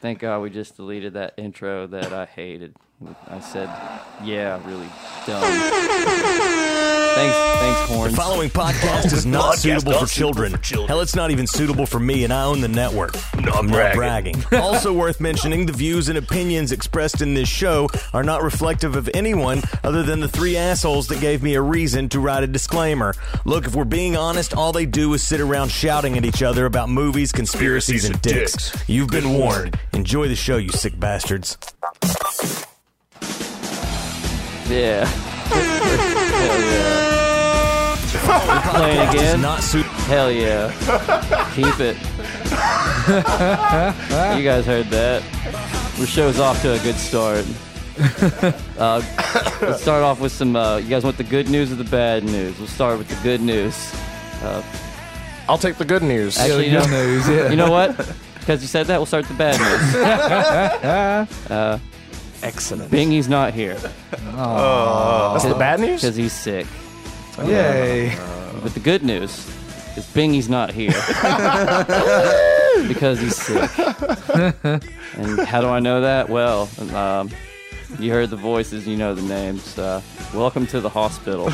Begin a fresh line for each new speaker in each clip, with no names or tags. Thank God we just deleted that intro that I hated. I said, "Yeah, really dumb." thanks, thanks,
The
horns.
following podcast is not
Podcast
suitable
not suitable
for children.
for children.
Hell, it's not even suitable for me, and I own the network.
No, I'm
Not
bragging.
bragging. also worth mentioning, the views and opinions expressed in this show are not reflective of anyone other than the three assholes that gave me a reason to write a disclaimer. Look, if we're being honest, all they do is sit around shouting at each other about movies, conspiracies, and
Conspiracies
dicks.
and dicks.
You've been warned. Enjoy the show, you sick bastards.
Yeah. Hell yeah. We're playing
It's
again.
not suit.
Hell yeah. Keep it. you guys heard that. The show's off to a good start. Uh, let's start off with some. Uh, you guys want the good news or the bad news? We'll start with the good news. Uh,
I'll take the good news.
Actually, you know,
Good news, yeah.
you know what? Because you said that, we'll start with the bad news. uh, Excellent. Bingy's not here
Oh. That's the bad news.
because he's sick.
Yay.
But the good news is Bingy's not here because he's sick. and how do I know that? Well, um, you heard the voices, you know the names. Uh, welcome to the hospital.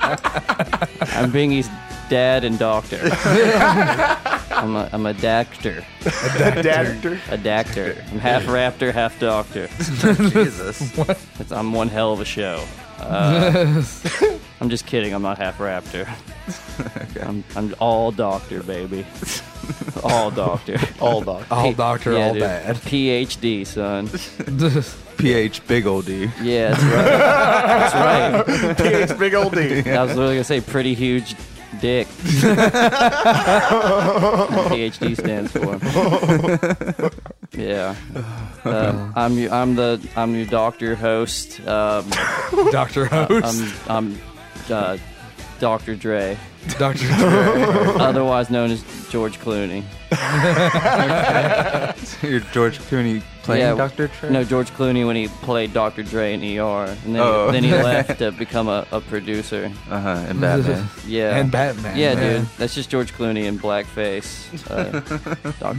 I'm Bingy's dad and doctor. I'm a, I'm a doctor.
Dad-
A doctor. I'm half raptor, half doctor.
Jesus.
It's, I'm one hell of a show. Uh, I'm just kidding. I'm not half raptor. I'm, I'm all doctor, baby. All doctor.
All dog.
All doctor,
Yeah,
all
dude.
bad.
PhD, son.
PH big old D.
Yeah, that's right. That's right.
It's big old D.
I was literally gonna say pretty huge dick. PhD stands for. Yeah. Uh, I'm your- I'm the I'm your doctor host. Um,
Dr. Host.
I'm, I'm uh, Dr. Dre,
Dr. Dre.
otherwise known as George Clooney.
You're George Clooney playing
Yeah,
Dr. Trey?
No, George Clooney when he played Dr. Dre in ER, and then,
Oh.
then he left to become a, a producer.
Uh huh. And Batman.
Yeah.
And Batman.
Yeah,
man.
dude, that's just George Clooney in blackface. Uh,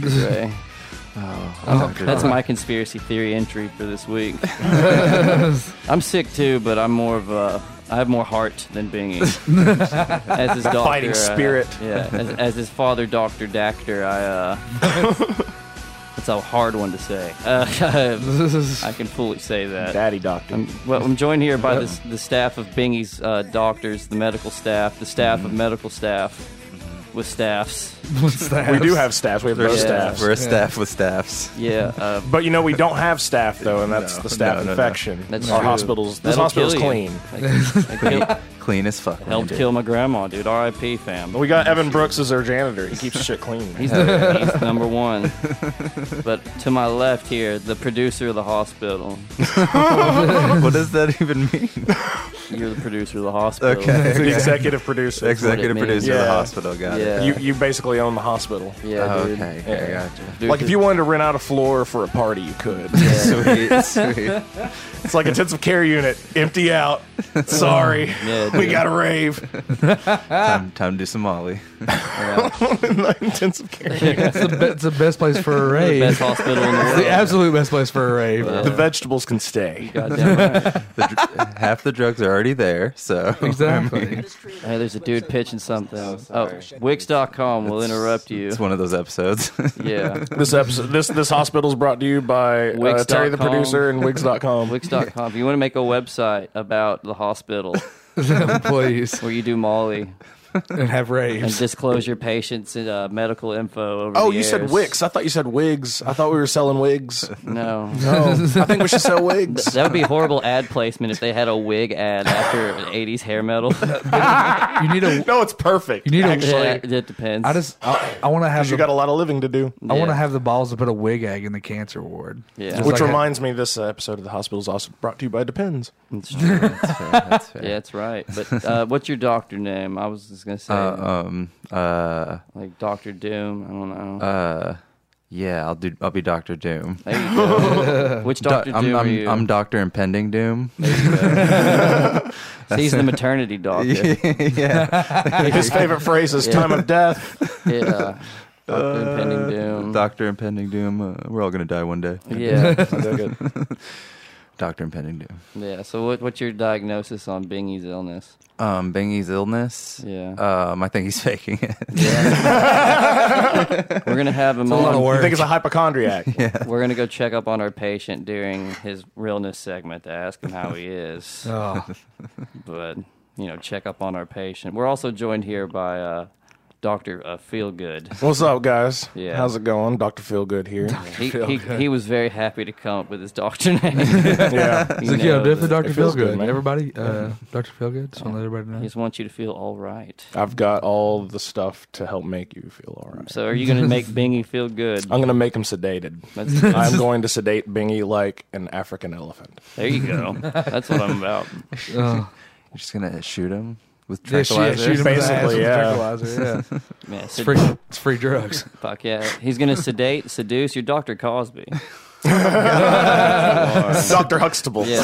Dr. Dre.
Oh.
Oh,
Dr.
That's
Dre.
my conspiracy theory entry for this week. I'm sick too, but I'm more of a. I have more heart than Bingy. as his doctor,
Fighting
uh,
spirit.
yeah, as, as his father, Doctor Dactor. I. uh That's a hard one to say. Uh, I can fully say that.
Daddy doctor.
I'm, well, I'm joined here by this, the staff of Bingy's uh, doctors, the medical staff, the staff
Mm-hmm.
of medical staff with staffs.
What's that?
we do have Mm-hmm. staffs. We have both
Yeah.
staffs.
We're a staff with staffs.
Yeah, uh,
But you know we don't have staff though, and that's
No,
the staff
no, no, no.
infection.
That's
Our
true.
hospitals. This
that'll
hospital's
kill
clean.
you. That- that kill-
Clean as fuck.
helped
dude.
kill my grandma, dude. R.I.P.
Oh,
Fam.
We got Evan Brooks as our janitor. He keeps shit clean.
He's, the, he's number one. But to my left here, the producer of the hospital.
what does that even mean?
You're the producer of the hospital.
Okay.
the
okay.
executive producer.
That's what
Executive
it
producer of
means.
the
Yeah.
hospital. Got it.
Yeah.
You you basically own the hospital.
Yeah,
Oh,
dude.
okay. Okay.
Yeah.
Gotcha.
Dude,
Like if
cause-
you wanted to rent out a floor for a party, you could.
Sweet. Sweet.
It's like intensive care unit, empty out. Sorry,
Yeah,
we
dude.
got to rave.
time, time to do some Molly.
intensive care unit.
It's the, be- it's the best place for a rave.
best hospital in the
It's
world. uh,
the absolute best place for a rave.
The vegetables can stay.
Goddamn right.
The dr- half the drugs are already there, so
Exactly.
Hey, there's a dude pitching something. Oh, Wix.com will interrupt you.
it's one of those episodes.
Yeah.
This episode, this this hospital is brought to you by uh,
Wix.com.
Terry the producer and Wigs.com.
Wix.com. If you want to make a website about the hospital
Please.
where you do Molly
And have
and
raves.
disclose your patients' uh, medical info over
Oh,
the
you said
airs.
Wix. I thought you said wigs. I thought we were selling wigs.
No.
Oh, I think we should sell wigs.
That would be horrible ad placement if they had a wig ad after 80s hair metal.
You need a.
no, it's perfect.
You need a.
actually,
yeah, it depends.
I just. I, I want to have.
you
The,
got a lot of living to do.
I want to
Yeah.
have the balls to put a wig egg in the cancer ward.
Yeah.
Just
Which
like a-
reminds me, this uh, episode of the hospital is also brought to you by Depends.
It's true.
That's fair, that's fair.
Yeah, that's right. But uh, what's your doctor name? I was just going to say,
Uh, um. Uh.
like, Dr. Doom. I don't know.
Uh. Yeah. I'll do. I'll be Doctor Doom.
there you go. Which Dr.
Doc- I'm,
Doom
I'm,
are you?
I'm Doctor Impending Doom.
See, He's the maternity doctor.
yeah.
His favorite phrase is
Yeah.
"time of death."
yeah. Doctor impending doom.
Uh, Doctor Impending Doom. Uh, we're all gonna die one day.
yeah, so good.
Doctor Impending Doom.
yeah. So what, what's your diagnosis on Bingy's illness?
Um, Bingy's illness.
Yeah.
Um, I think he's faking it.
We're gonna have him
lot of
on.
work.
I think it's a hypochondriac.
We're gonna go check up on our patient during his realness segment to ask him how he is.
Oh,
but you know, check up on our patient. We're also joined here by uh, Doctor uh, Feelgood.
What's up, guys?
Yeah.
How's it going? Dr. Feelgood here.
He, he, he was very happy to come up with his doctor name.
yeah.
He
it's like, yo,
knows
definitely
it.
Doctor
It feels good,
Feelgood.
man.
everybody, uh, Doctor Feelgood. Just want to let everybody know.
He just wants you to feel all right.
I've got all the stuff to help make you feel all right.
So, are you going to make Bingy feel good?
I'm going to make him sedated.
That's,
I'm going to sedate Bingy like an African elephant.
there you go. That's what I'm about.
Oh.
You're just gonna shoot him with
Yeah, shoot-
tranquilizer.
shoot him in the ass
Basically,
with
yeah.
tranquilizer, yeah.
Man,
It's
sed-
free, it's free drugs.
fuck yeah. He's going to sedate, seduce your Dr. Cosby.
Dr. Huxtable.
Yeah.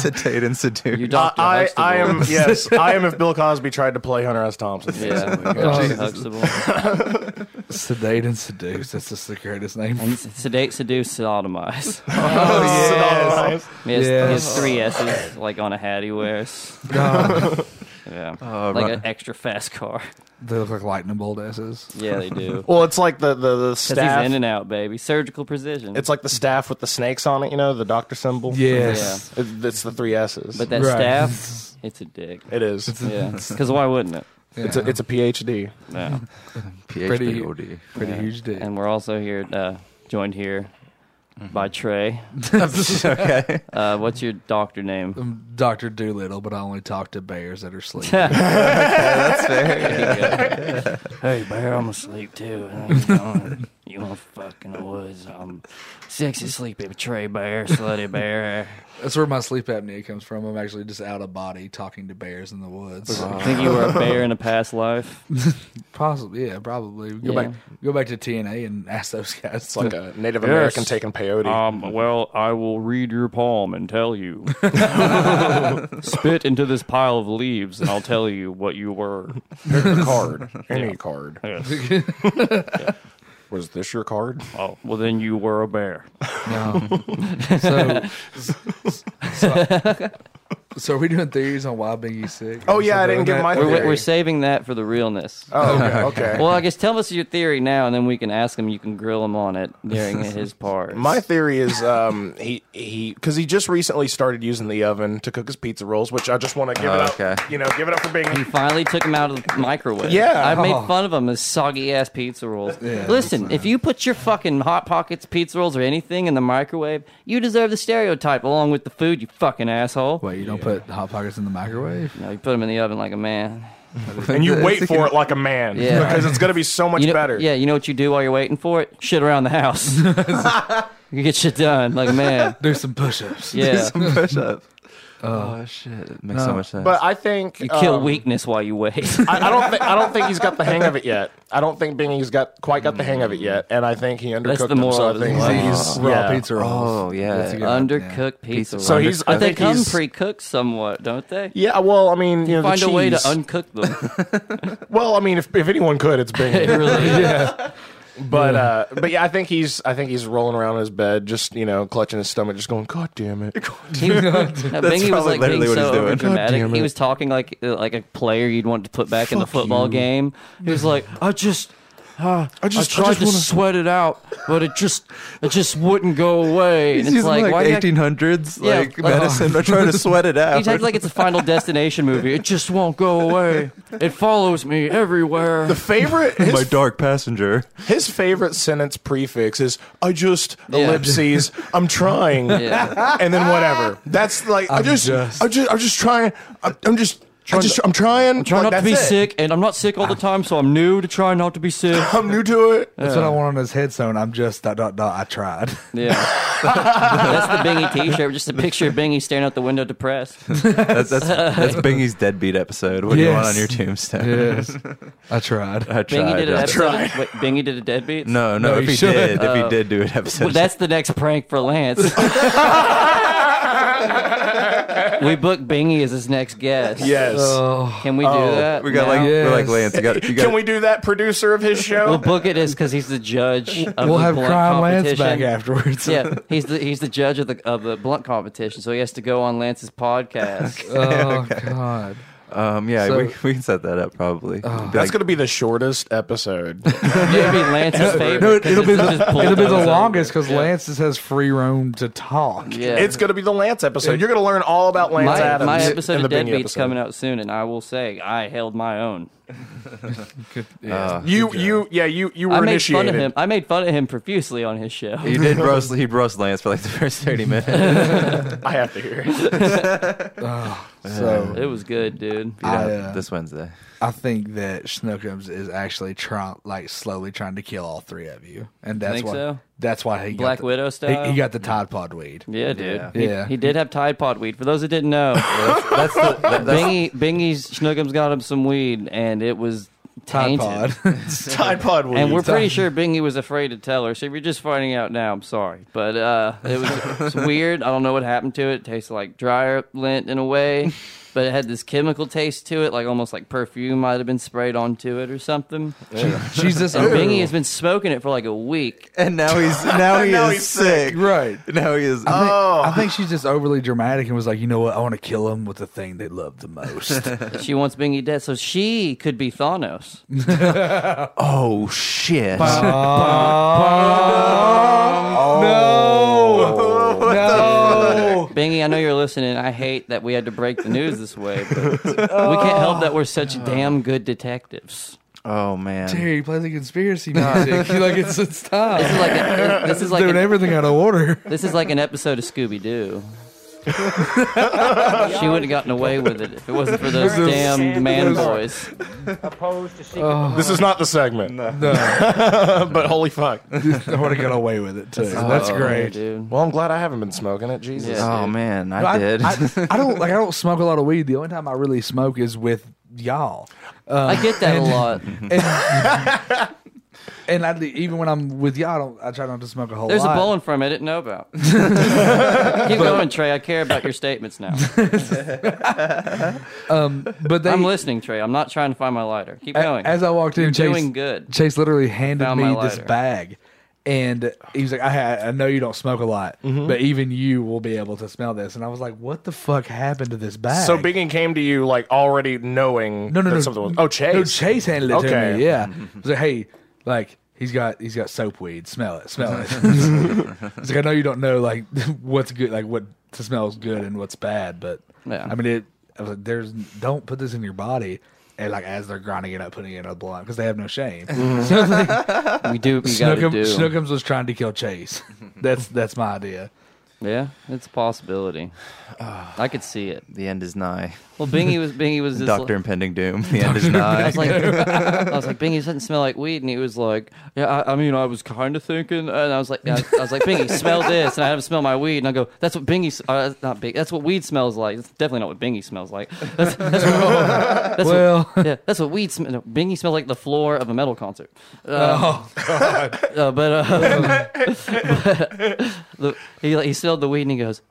Sedate and seduce.
your
I,
Dr.
I, I am,
Huxtable.
yes, I am if Bill Cosby tried to play Hunter S. Thompson.
Yeah, Dr. Huxtable.
Sedate and seduce. That's just the greatest name.
And s- sedate, seduce, sodomize.
Oh, yes.
He has, he
Yes.
has three S's, like on a hat he wears.
No,
Yeah.
Oh,
like
right.
an extra fast car.
they look like lightning bolt asses.
Yeah, they do.
Well, it's like the, the, the
Because he's in
staff.
and out, baby. Surgical precision.
It's like the staff with the snakes on it, you know, the doctor symbol.
Yes.
It- It's the three S's.
but that
Right.
staff, it's a dick.
it is. It's a,
Yeah. Because why wouldn't it?
it's a, PhD.
No.
Pretty-
PhD.
pretty
Yeah.
huge dick.
And we're also here, uh, joined here by Trey.
okay.
Uh, what's your doctor name?
I'm Um, Doctor Doolittle, but I only talk to bears that are sleeping.
Hey, Bear, I'm asleep too. You want to fuck in the woods? I'm sexy, sleepy Trey Bear, slutty Bear.
That's where my sleep apnea comes from. I'm actually just out of body talking to bears in the woods.
I think you were a bear in a past life.
Possibly, yeah, probably. Go
Yeah.
back, go back to TNA and ask those guys.
It's like a Native
Yes.
American taking peyote.
Um, well, I will read your palm and tell you. Spit into this pile of leaves, and I'll tell you what you were.
Here's a card. Any card.
Yes.
Was this your card?
Oh, well, then you were a bear. Oh.
No. so, so, so are we doing theories on why Bingy's sick?
Oh, yeah, I didn't give my-
We're,
Theory.
we're saving that for the realness.
Oh, okay. okay.
Well, I guess tell us your theory now, and then we can ask him. You can grill him on it during his part.
My theory is um, he he because he just recently started using the oven to cook his pizza rolls, which I just want to give it
Oh,
up.
okay.
You know, give it up for
He
being.
finally took him out of the microwave.
Yeah.
I
Oh.
made fun of him as soggy ass pizza rolls. Listen, if you put your fucking hot pockets, pizza rolls, or anything in the microwave, you deserve the stereotype along with the food. You fucking asshole.
Wait, you don't put hot pockets in the microwave?
No, you put them in the oven like a man.
And you wait for it like a man
Yeah.
because it's going to be so much
you know,
better.
Yeah, you know what you do while you're waiting for it? Shit around the house. you get shit done like a man.
Do some push-ups.
Yeah.
Some push up. Oh shit! It makes so much sense.
But I think
You kill
um,
weakness while you wait.
I, I don't. Th- I don't think he's got the hang of it yet. I don't think Bingy's got qugot quite got the hang of it yet, and I think he undercooked
That's the
him.
moral
So I
of this
think
one.
he's
raw
yeah.
pizza rolls.
Oh, yeah.
That's a good one, yeah.
Undercooked pizza.
Pizza
rolls.
So he's. I
but they
think
come
he's,
pre-cooked somewhat, don't they?
Yeah, well, I mean, you know, the
Find a way to
cheese-
uncook them.
well, I mean, if, if anyone could, it's Bingy.
It really is.
But uh, but yeah, I think he's I think he's rolling around in his bed, just you know, clutching his stomach, just going, "God damn it!"
He, no, Bingy was
probably
like being
literally what he's
so
doing. God
overdramatic.
damn
He
it.
was talking like uh, like a player you'd want to put back in the football game. He was like, I just. Uh, I
just- I
tried
just
to
wanna-
sweat it out, but it just it just wouldn't go away. And
He's
it's
using
like,
like,
why do you-
1800s
Yeah,
like
like-
medicine. I'm trying to sweat it out.
He's acting like it's a Final Destination movie. It just won't go away. It follows me everywhere.
Favorite
my
his,
dark passenger.
his favorite sentence prefix is "I just
Yeah.
ellipses I'm trying,"
Yeah.
and then whatever. That's like i just,
just-
I'm just I'm just trying I'm, I'm just I just I'm trying I'm
Try not to be sick, and I'm not sick all the time, so I'm new to try not to be sick.
Ah. I'm new to it.
That's what I want on his headstone. I'm just dot dot dot. I tried.
Yeah, that's the Bingy T-shirt. Just a picture of Bingy staring out the window, depressed.
That's that's, that's Bingy's deadbeat episode. What do you want
Yes.
on your tombstone?
Yes, I tried.
I
Bingy
tried.
did an
I
episode.
tried.
Wait, Bingy did a Oh. deadbeat.
No, no.
No,
if
you
he
should.
did, if he did do an episode,
Well, that's the next prank for Lance. we booked Bingy as his next guest.
Yes.
Oh,
Can we do that?
We got
now?
like we're like
Yes.
Lance. You got, you got,
Can we do that, producer of his show?
We'll book it as because he's the judge. Of
we'll
the
have
blunt
Crime Lance back
competition.
afterwards.
yeah, he's the he's the judge of the of the blunt competition, so he has to go on Lance's podcast.
Oh God.
Um, yeah,
So- Oh.
we, we can set that up probably. Be
That's
like,
going to be the shortest episode.
It'll be Lance's favorite.
No, it,
'cause
will be
he'll
the,
just pull
it'll be
those
the
over.
longest because Lance just has free roam to talk.
Yeah,
It's going to be the Lance episode. You're going to learn all about Lance
my,
Adams.
my episode
and
of
the Bingy
Deadbeat's
episode.
coming out soon, and I will say I held my own.
Uh,
You, you, yeah, you, you were
I made
initiated.
fun of him. I made fun of him profusely on his show.
he did roast he roast Lance for like the first thirty minutes. Uh,
I have to hear. it.
Ah, Oh, So
It was good, dude.
I,
Yeah,
uh,
this Wednesday.
I think that Snookums is actually trying, like, slowly trying to kill all three of you, and that's
Think
why
so?
that's why he got
Black
the-
Widow style?
He, he got the Tod Pod weed.
Yeah, dude.
Yeah.
He,
Yeah.
he did have Tide Pod weed. For those that didn't know,
That's the, that, that's
Bingy Bingy's Schnookums got him some weed, and it was
Tide
tainted.
Pod.
Tide Pod will
And
be-
we're pretty sure Bingy was afraid to tell her. So if you're just finding out now, Oh, I'm sorry, but uh, it was it's weird. I don't know what happened to it. It tasted like dryer lint in a way, but it had this chemical taste to it, like almost like perfume might have been sprayed onto it or something.
She's just
And Bingy has been smoking it for like a week.
and now he's now he
Now
is
he's
sick.
right.
Now he is.
I think-
Oh.
I think she's just overly dramatic and was like, you know what? I want to kill him with the thing they love the most.
She wants Bingy dead, so she could be Thanos.
oh shit! Oh.
no, no.
Bingy, I know you're listening. I hate that we had to break the news this way, but we can't help that we're such damn good detectives.
Oh man.
Terry he plays the conspiracy music. like it's it's time.
This is like a, this is like
doing
an-
everything out of order.
This is like an episode of Scooby Doo. she wouldn't have gotten away with it if it wasn't for those
This is-
damn man
this is-
boys.
opposed to secret
This is not the segment,
No, I
but holy fuck.
would have got away with it too. That's
Yeah,
great.
Oh, dude.
Well, I'm glad I haven't been smoking it. Jesus.
Yeah.
Oh man, I, did.
I, I don't like. I don't smoke a lot of weed. The only time I really smoke is with y'all. Uh,
I get that a lot.
And I, even when I'm with y'all, I, don't, I try not to smoke a whole
There's a
lot.
bowling from I didn't know about. Keep going, Trey. I care about your statements now.
Um, But they,
I'm listening, Trey. I'm not trying to find my lighter. Keep
a-
going.
as I walked in,
You're
Chase,
doing good.
Chase literally handed
Found
me
my
this
lighter.
bag, and he was like, "I, ha- I know you don't smoke a lot,
Mm-hmm.
but even you will be able to smell this." And I was like, "What the fuck happened to this bag?"
So Bingen came to you like already knowing
no, no,
that
no.
something was. Oh, Chase.
No, Chase handed it to
Okay.
me. Yeah, I
Mm-hmm.
was like, "Hey, like." He's got he's got soap weed. Smell it, smell it. it's like I know you don't know like what's good, like what to smells good and what's bad, but
Yeah.
I mean it. I was like, there's don't put this in your body, and like as they're grinding it up, putting it in a blunt because they have no shame. So, like,
We do what we gotta
Snookums,
do.
Snookums was trying to kill Chase. That's that's my idea.
Yeah, it's a possibility. I could see it.
the end is nigh.
Well, Bingy was Bingy was just
Doctor impending doom. The end is nigh.
I was like, I was like, Bingy it doesn't smell like weed, and he was like, Yeah, I, I mean, I was kind of thinking, and I was like, I, I was like, Bingy, smell this, and I haven't smelled my weed, and I go, that's what Bingy, s- uh, that's not Bing, that's what weed smells like. It's definitely not what Bingy smells like. That's, that's what, that's
Well.
what, yeah, that's what weed. Sm- no, Bingy smells like the floor of a metal concert. Uh,
Oh,
uh, but uh, the, he he smelled the weed, and he goes.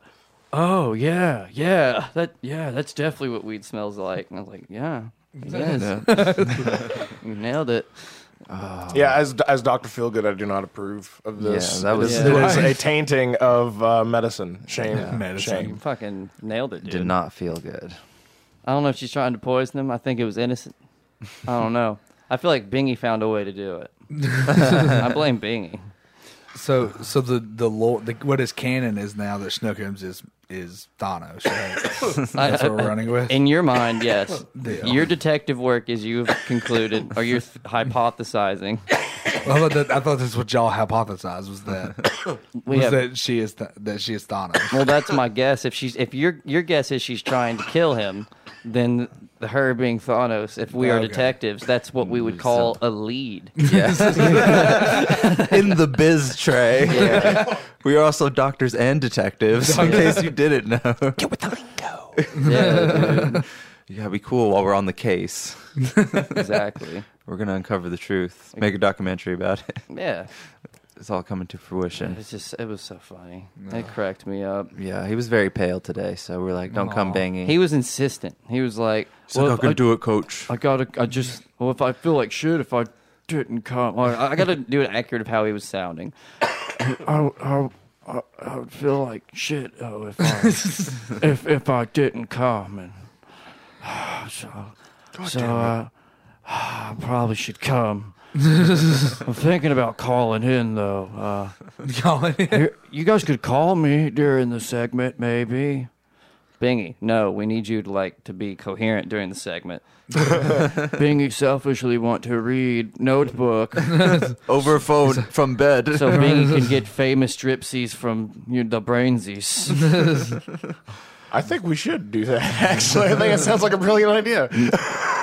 Oh yeah, yeah. That yeah, that's definitely what weed smells like. And I was like, yeah, yes. You nailed it.
Oh. Yeah, as as Doctor Feelgood, I do not approve of this.
Yeah, that was-
it is, it is a tainting of uh, medicine. Shame,
Medicine.
shame.
Fucking nailed it, dude.
Did not feel good.
I don't know if she's trying to poison him. I think it was innocent. I don't know. I feel like Bingy found a way to do it. I blame Bingy.
So so the the, lore, the what is canon is now that Snookums is is Thanos. right? that's what we're running with.
In your mind, yes.
Yeah.
Your detective work is you've concluded, or you're th- hypothesizing.
I thought, that, I thought that's what y'all hypothesized was that
We
was
have,
that she is Th- that she is Thanos.
well, that's my guess. If she's, if your your guess is she's trying to kill him, then the- her being Thanos, if we are
Okay.
detectives, that's what we
Mm,
would call a lead.
In the biz tray. We are also doctors and detectives, in case you didn't know.
Yeah, dude.
Yeah, it'd be cool while we're on the case.
exactly.
We're gonna uncover the truth. Make a documentary about it.
Yeah.
it's all coming to fruition.
It's just it was so funny. It cracked me up.
Yeah, he was very pale today, so we're like, don't come banging.
He was insistent. He was like,
He's like,
"Well,
I can
I-
do it, coach.
I gotta. I just. Well, if I feel like shit, if I didn't come, I, I gotta do it accurate of how he was sounding. I, I, I, I would feel like shit though if I, if if I didn't come and so so uh, I probably should come. I'm thinking about calling in though.
Colin.
Uh, you- you guys could call me during the segment, maybe. Bingy, no, we need you to like to be coherent during the segment. Bingy selfishly want to read notebook
Over phone from bed.
so Bingy can get famous dripsies from you know, the brainsies.
I think we should do that. Actually, I think it sounds like a brilliant idea.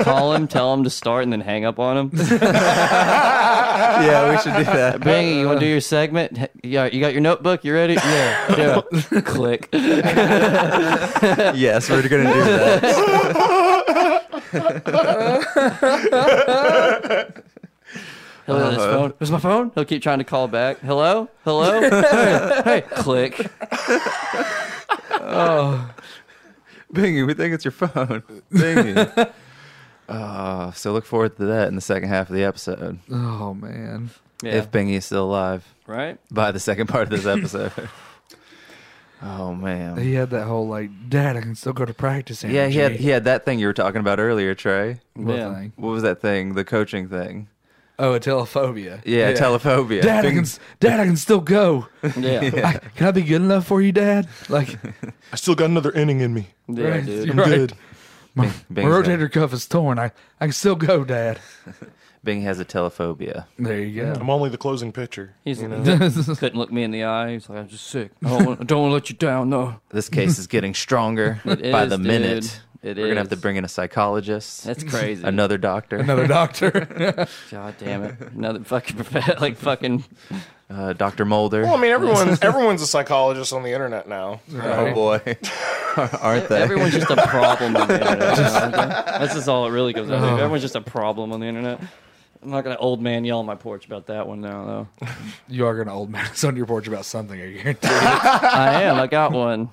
Call him, tell him to start, and then hang up on him.
yeah, we should do that.
Bingy, you want to do your segment? He- Yeah, you got your notebook. You ready? Yeah, do it. Click.
Yes, we're gonna do that.
He'll hit his
Uh-huh.
phone. It was my phone. He'll keep trying to call back. Hello, hello. hey, hey, click.
Oh. Bingy, we think it's your phone. Bingy. Uh, so look forward to that in the second half of the episode.
Oh man.
Yeah.
If Bingy is still alive
right?
by the second part of this episode. oh man.
He had that whole like, Dad, I can still go to practice. Energy.
Yeah, he had he had that thing you were talking about earlier, Trey.
What
Yeah.
thing?
What was that thing? The coaching thing.
Oh, a telephobia.
Yeah, telephobia.
Dad, I
Bing-
can, s- Dad, I can still go.
Yeah.
I, can I be good enough for you, Dad? Like,
I still got another inning in me.
Yeah,
Right.
dude.
You're right. My, my
Bing- Bing's got-
rotator cuff is torn. I, I can still go, Dad.
Bing has a telephobia.
There you go.
I'm only the closing pitcher.
He's couldn't look me in the eye. He's like, I'm just sick. I don't, wanna, I don't want to let you down, though.
This case is getting stronger
It
by
is,
the
dude.
minute.
It
We're gonna have to
is.
bring in a psychologist,
That's crazy.
another doctor,
Another doctor.
God damn it. Another fucking prof- like fucking.
uh, Doctor Mulder.
Well, I mean, everyone's everyone's a psychologist on the internet now.
oh boy, aren't they?
Everyone's just a problem on the internet. you know? That's just all it really goes down to. Everyone's just a problem on the internet. I'm not gonna old man yell on my porch about that one now though.
you are gonna old man us on your porch about something. I guarantee. you.
I am. I got one.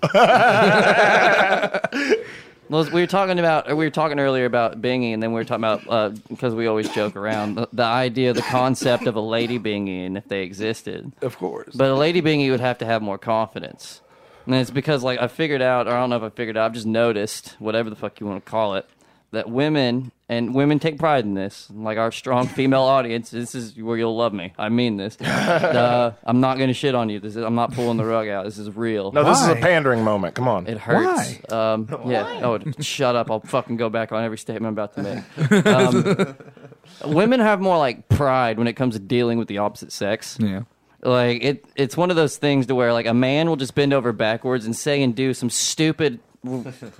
Well, we were talking about we were talking earlier about bingy, and then we were talking about because we always joke around the, the idea, the concept of a lady bingy, and if they existed.
Of course.
But a lady bingy would have to have more confidence. And it's because like I figured out, or I don't know if I figured out, I've just noticed, whatever the fuck you want to call it, that women and women take pride in this. Like our strong female audience, this is where you'll love me. I mean this. Uh, I'm not gonna shit on you. This is, I'm not pulling the rug out. This is real.
No, this is a
Why?
pandering moment. Come on.
It hurts. Um, yeah. Oh, shut up! I'll fucking go back on every statement I'm about to make. Um, women have more like pride when it comes to dealing with the opposite sex.
Yeah.
Like it, it's one of those things to where like a man will just bend over backwards and say and do some stupid,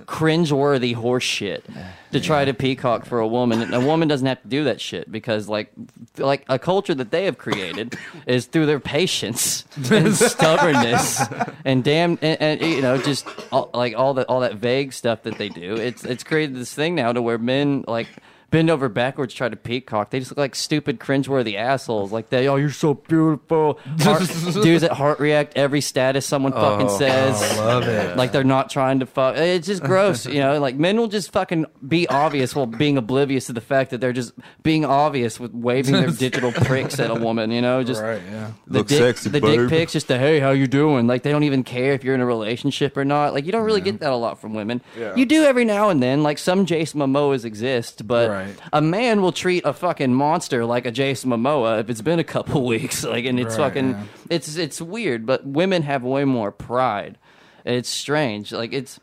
cringe-worthy horse shit to try to peacock for a woman, and a woman doesn't have to do that shit because like, like a culture that they have created is through their patience and stubbornness and damn and, and you know just all, like all that all that vague stuff that they do. It's it's created this thing now to where men like bend over backwards, try to peacock. They just look like stupid, cringeworthy assholes. Like they, oh, you're so beautiful. Heart, dudes that heart react every status someone fucking says.
Oh, Love it.
Like they're not trying to fuck. It's just gross, you know. Like men will just fucking be obvious while being oblivious to the fact that they're just being obvious with waving their digital pricks at a woman, you know. Just
Right. Yeah.
the
Look
dick,
sexy,
the
babe.
dick pics, just the hey, how you doing? Like they don't even care if you're in a relationship or not. Like you don't really get that a lot from women.
Yeah.
You do every now and then. Like some Jason Momoas exist, but
Right.
a man will treat a fucking monster like a Jason Momoa if it's been a couple weeks. Like and it's
Right,
fucking,
yeah.
it's it's weird. But women have way more pride. It's strange. Like it's.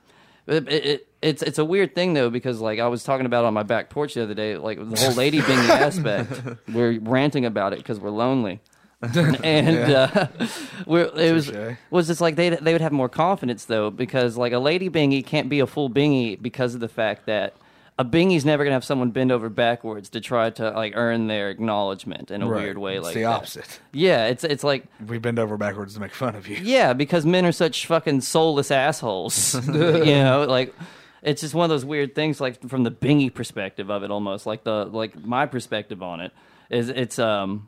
It, it, it's it's a weird thing though because like I was talking about on my back porch the other day like the whole lady being the aspect we're ranting about it because we're lonely and uh, we're, it was
Touche.
was just like they they would have more confidence though because like a lady bingy can't be a full bingy because of the fact that a bingy's never gonna have someone bend over backwards to try to like earn their acknowledgement in a
Right.
weird way
It's
like
the
that.
opposite.
Yeah, it's it's like
We bend over backwards to make fun of you.
yeah, because men are such fucking soulless assholes. you know, like it's just one of those weird things, like from the bingy perspective of it, almost like the like my perspective on it is it's um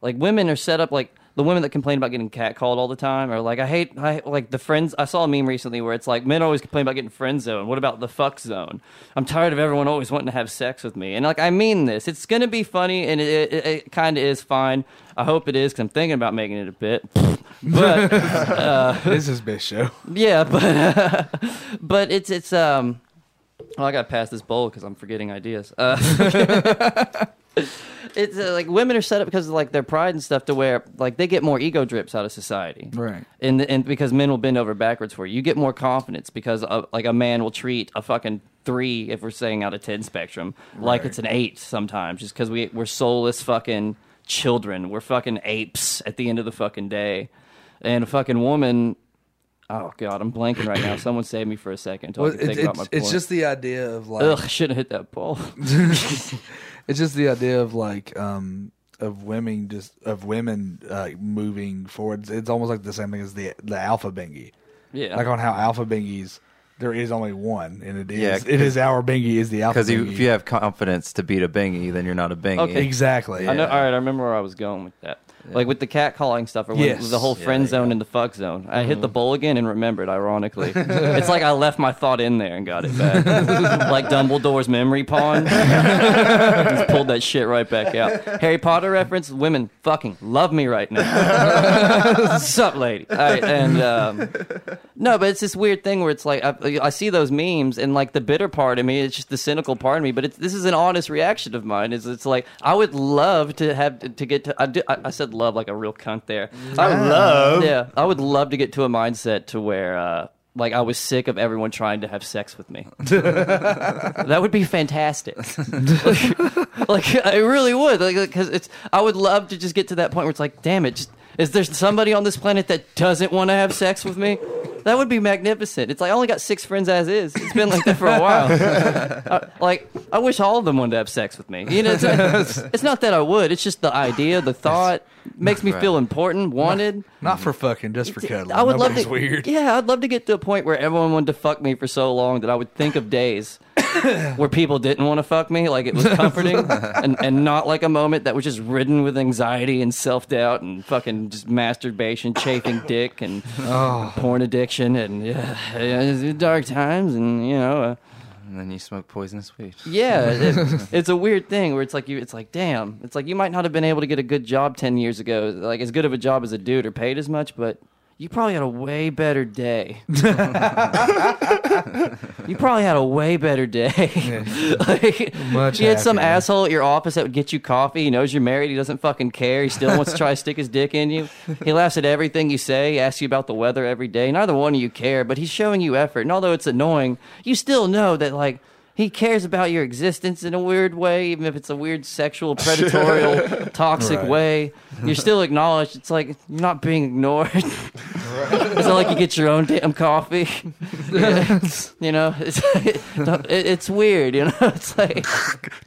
like women are set up like the women that complain about getting catcalled all the time are like, I hate, I like the friends. I saw a meme recently where it's like men always complain about getting friend zone. What about the fuck zone? I'm tired of everyone always wanting to have sex with me. And like, I mean this. It's gonna be funny, and it, it, it kind of is fine. I hope it is because I'm thinking about making it a bit. But uh,
this is best show.
yeah, but but it's it's um. Well, I got to pass this bowl because I'm forgetting ideas. Uh, it's uh, like women are set up because of like their pride and stuff to where like they get more ego drips out of society,
Right.
And and because men will bend over backwards for you, you get more confidence because uh like a man will treat a fucking three if we're saying out of ten spectrum like it's an eight sometimes just because we we're soulless fucking children, we're fucking apes at the end of the fucking day, and a fucking woman Oh God, I'm blanking right now. Someone save me for a second. Until
Well,
I can
it,
think about my
it's,
point.
it's just the idea of like
ugh. I shouldn't have hit that ball.
it's just the idea of like um of women just of women uh, moving forward. It's almost like the same thing as the the alpha bingy.
yeah,
Like on how alpha bingies there is only one, and it is
Yeah,
it is our bingy is the alpha
Because
bingy.
if you have confidence to beat a bingy, then you're not a bingy.
Okay.
exactly.
I know. All right, I remember where I was going with that. Like with the cat calling stuff, or when
Yes.
the whole
Yeah, Mm-hmm.
friend
there you
zone and the fuck zone. I hit the bowl again and remembered. Ironically, it's like I left my thought in there and got it back, like Dumbledore's memory pawn. Just pulled that shit right back out. Harry Potter reference. Women fucking love me right now. Sup, lady. All right, and um, No, but it's this weird thing where it's like I, I see those memes and like the bitter part of me, it's just the cynical part of me. But it's, this is an honest reaction of mine. Is it's like I would love to have to get to. I, do, I, I said love like a real cunt there. I would love. Yeah, I would love to get to a mindset to where. Uh, like I was sick of everyone trying to have sex with me. that would be fantastic. like I really would. Like because it's I would love to just get to that point where it's like, damn it, just, is there somebody on this planet that doesn't want to have sex with me? That would be magnificent. It's like I only got six friends as is. It's been like that for a while. I- like I wish all of them wanted to have sex with me. You know, it's, it's not that I would. It's just the idea, the thought makes me feel important, wanted.
Not for fucking, just for cuddling.
I would love
Nobody's
to.
weird.
Yeah, I'd love to get to a point where everyone wanted to fuck me for so long that I would think of days where people didn't want to fuck me, like it was comforting, and, and not like a moment that was just ridden with anxiety and self doubt and fucking just masturbation, chafing dick, and
Oh.
porn addiction, and yeah, yeah, it's dark times, and you know. Uh,
And then you smoke poisonous weed.
yeah, it, it's a weird thing where it's like you, it's like damn, it's like you might not have been able to get a good job ten years ago, like as good of a job as a dude or paid as much, but you probably had a way better day. you probably had a way better day. like,
Much
you had some
happier.
asshole at your office that would get you coffee. He knows you're married. He doesn't fucking care. He still wants to try to stick his dick in you. He laughs at everything you say. He asks you about the weather every day. Neither one of you care, but he's showing you effort. And although it's annoying, you still know that like. He cares about your existence in a weird way, even if it's a weird sexual, predatorial, toxic
Right.
way. You're still acknowledged. It's like you're not being ignored. It's not like you get your own damn coffee. you know, it's, it- it's weird. You know, it's like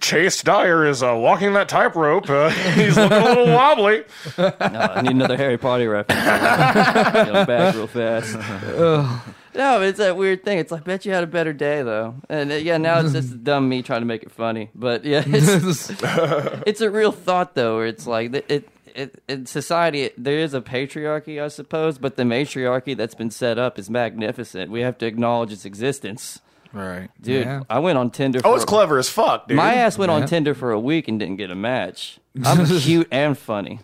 Chase Dyer is uh, walking that tightrope. Uh, he's looking a little wobbly.
No, I need another Harry Potter reference. Go back real fast. No, but it's that weird thing. It's like, bet you had a better day though, and uh, yeah, now it's just dumb me trying to make it funny. But yeah, it's, it's a real thought though, where it's like th- it. It, in society, it, there is a patriarchy, I suppose, but the matriarchy that's been set up is magnificent. We have to acknowledge its existence,
Right,
dude.
Yeah.
I went on Tinder.
Oh,
for-
it's clever as fuck, dude.
my ass went
Yeah.
on Tinder for a week and didn't get a match. I'm cute and funny,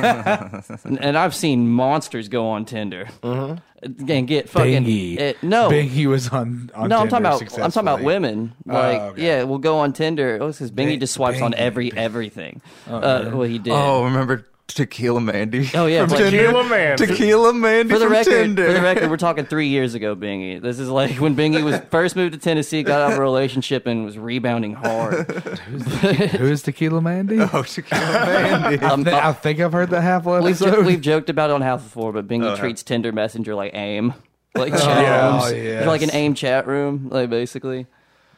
and and I've seen monsters go on Tinder and get fucking
Bingy.
eh, no.
Bingy was on. Mm-hmm. on
No, I'm
Tinder
talking about I'm talking about
successfully. Oh,
women. Like,
okay.
yeah, we'll go on Tinder. Oh, because Bingy
Bing-
just swipes on
Bingy,
every everything. uh, well, he did.
Oh, remember Tequila Mandy?
Oh, yeah,
from
like-
Tinder?
Tequila Mandy.
Tequila Mandy
for the
from
record,
Tinder.
for the record, we're talking three years ago, Bingy. This is like when Bingy was first moved to Tennessee, got out of a relationship, and was rebounding hard.
Who is Tequila Mandy?
Oh, Tequila Mandy.
I, thi- I think I've heard that half episode.
We've, jo- we've joked about it on half before, but
Oh,
Bingy treats Tinder Messenger like AIM, like chat rooms,
Oh, yes.
It's like an AIM chat room, like basically.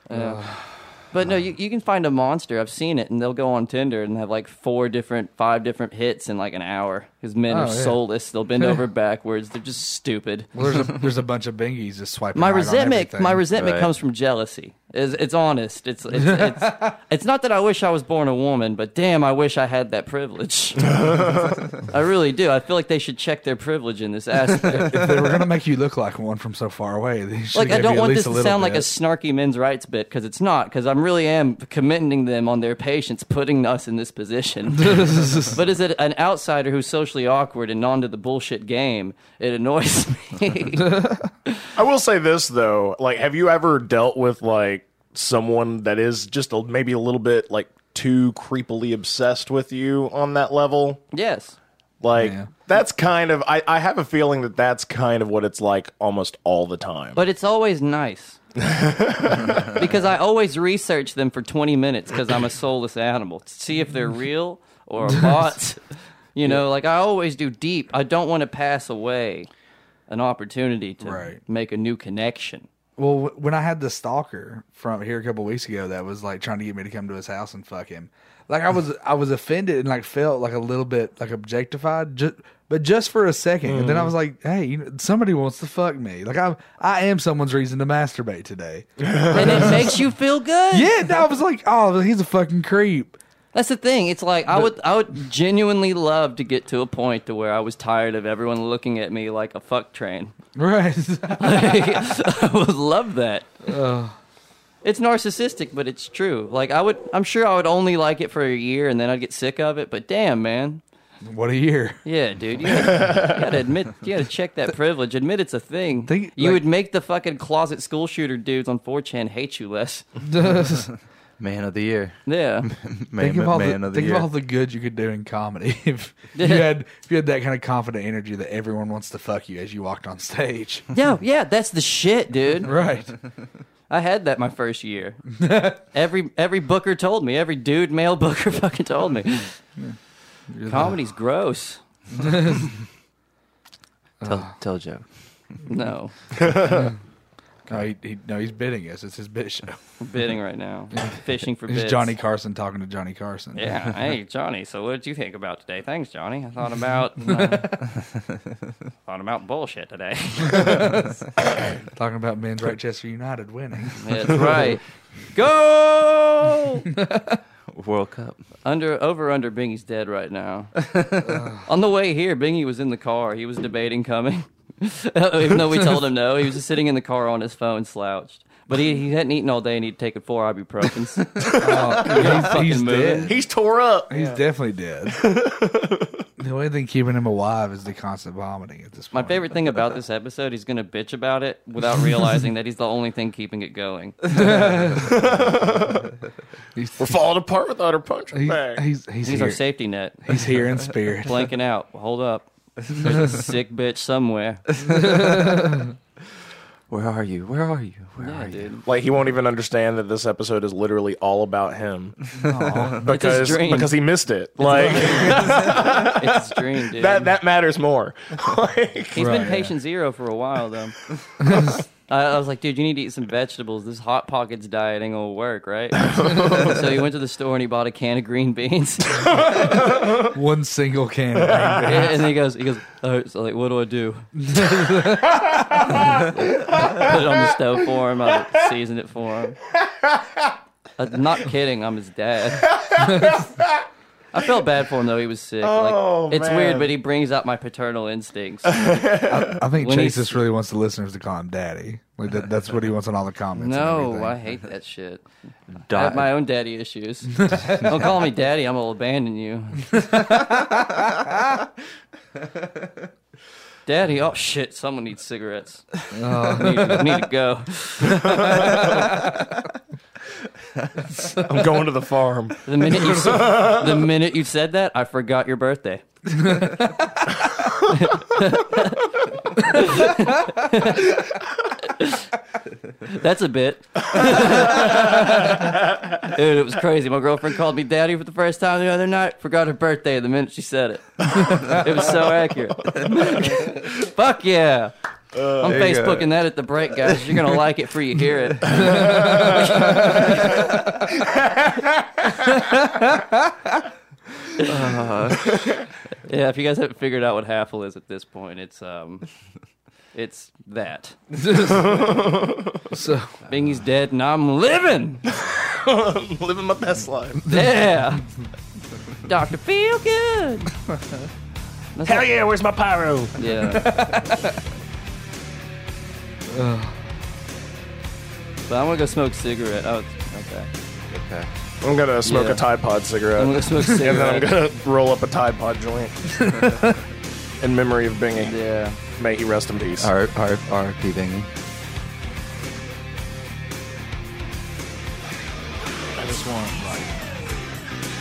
Yeah. but no, you, you can find a monster. I've seen it, and they'll go on Tinder and have like four different, five different hits in like an hour. Because men
Oh,
are
yeah.
soulless; they'll bend over backwards. They're just stupid.
Well, there's a, there's a bunch of bingies just swiping.
My
right on
resentment,
everything.
my resentment
Right.
comes from jealousy. It's, it's honest. It's it's, it's it's not that I wish I was born a woman, but damn, I wish I had that privilege. I really do. I feel like they should check their privilege in this aspect.
If they were gonna make you look like one from so far away. They should
like I
give
don't
you at
want
least
this
a
to
little
sound like a
bit.
snarky men's rights bit because it's not. Because I'm really am commending them on their patience, putting us in this position. but as a- an outsider who's socially awkward and non to the bullshit game, it annoys me.
I will say this though, like, have you ever dealt with like someone that is just a, maybe a little bit like too creepily obsessed with you on that level?
yes.
Like,
Yeah.
that's kind of. I, I have a feeling that that's kind of what it's like almost all the time.
But it's always nice. because I always research them for 20 minutes because I'm a soulless animal to see if they're real or a bot. You know, like I always do deep. I don't want to pass away an opportunity to
Right.
make a new connection.
Well, wh- when I had the stalker from here a couple weeks ago that was like trying to get me to come to his house and fuck him, like I was I was offended and like felt like a little bit like objectified, just, but just for a second, and
Mm.
then I was like, hey, you know, somebody wants to fuck me. Like I I am someone's reason to masturbate today.
And it makes you feel good.
yeah, and I was like, oh, he's a fucking creep.
That's the thing. It's like I would I would genuinely love to get to a point to where I was tired of everyone looking at me like a fuck train.
Right.
I would love that. It's narcissistic, but it's true. Like I would, I'm sure I would only like it for a year, and then I'd get sick of it. But damn, man,
what a year.
yeah, dude, you gotta, you gotta admit, you gotta check that privilege. Admit it's a thing.
Think-
you
like-
would make the fucking closet school shooter dudes on 4chan hate you less.
Man of the year.
Yeah,
Man,
Think of all
man
the
of the
think
year.
of all the good you could do in comedy if you had if you had that kind of confident energy that everyone wants to fuck you as you walked on stage.
yeah, yeah. That's the shit, dude.
Right.
I had that my first year. every every booker told me. Every dude, male booker, fucking told me. Comedy's gross.
tell, tell Joe.
No,
No, he, he, no, he's bidding us. It's his bid show.
I'm bidding right now. Fishing for
It's
bids.
Johnny Carson talking to Johnny Carson.
Yeah. Hey, Johnny. So, what did you think about today? Thanks, Johnny. I thought about uh, thought about bullshit today.
Talking about men's Rochester United winning.
That's right. Go
World Cup.
under over under. Bingy's dead right now. On the way here, Bingy was in the car. He was debating coming, even though we told him no. He was just sitting in the car on his phone, slouched. But he, he hadn't eaten all day, and he'd taken four ibuprofens.
Oh, he's,
Fucking
dead.
He's tore up.
He's definitely dead. the only thing keeping him alive is the constant vomiting at this
My
point.
favorite thing about this episode, he's gonna bitch about it without realizing that he's the only thing keeping it going.
He's,
We're falling apart without our punch
he's,
bag.
he's, he's,
He's
here.
our safety net.
he's here in spirit.
blanking out. Hold up. There's a sick bitch somewhere.
Where are you? Where are you? Where
Yeah,
are you?
dude.
like he won't even understand that this episode is literally all about him because
dream.
because he missed it. Like
It's a dream, dude.
that that matters more. like
He's been
Right.
patient zero for a while, though. I, I was like, dude, you need to eat some vegetables. This Hot Pockets diet ain't gonna work, right? so he went to the store and he bought a can of green beans.
One single can. of green beans.
and then he goes, he goes, oh, so like, what do I do? Put it on the stove for him. I like, seasoned it for him. I'm not kidding. I'm his dad. I felt bad for him though. He was sick.
Oh,
like, it's
man.
weird, but he brings out my paternal instincts.
I think
When
Chase
he's-
just really wants the listeners to call him daddy. Like that, that's what he wants on all the comments. and
no,
everything.
I hate that shit. I
Dot.
have my own daddy issues. Don't call me daddy. I'm gonna abandon you. daddy, oh shit! Someone needs cigarettes.
Oh,
need, to, need to go.
I'm going to the farm.
The minute you said, the minute you said that, I forgot your birthday. That's a bit. Dude, it was crazy. My girlfriend called me daddy for the first time the other night. Forgot her birthday the minute she said it. it was so accurate. Fuck yeah. I'm
Uh, there you go.
Facebooking that at the break, guys. You're going to like it before you hear it. Uh, Yeah, if you guys haven't figured out what Halfle is at this point, it's um It's that.
So
Bingy's dead and I'm living.
Living my best life.
Yeah. Dr. Feel Good.
Hell yeah, where's my pyro?
Yeah. but I'm gonna go smoke cigarette. Oh, it's- okay.
Okay.
I'm gonna smoke
Yeah.
a Tide Pod cigarette.
I'm gonna smoke
and then I'm
cigarette.
gonna roll up a Tide Pod joint. In memory of Bingy.
Yeah.
May he rest in peace.
R R R P Bingy.
I just want like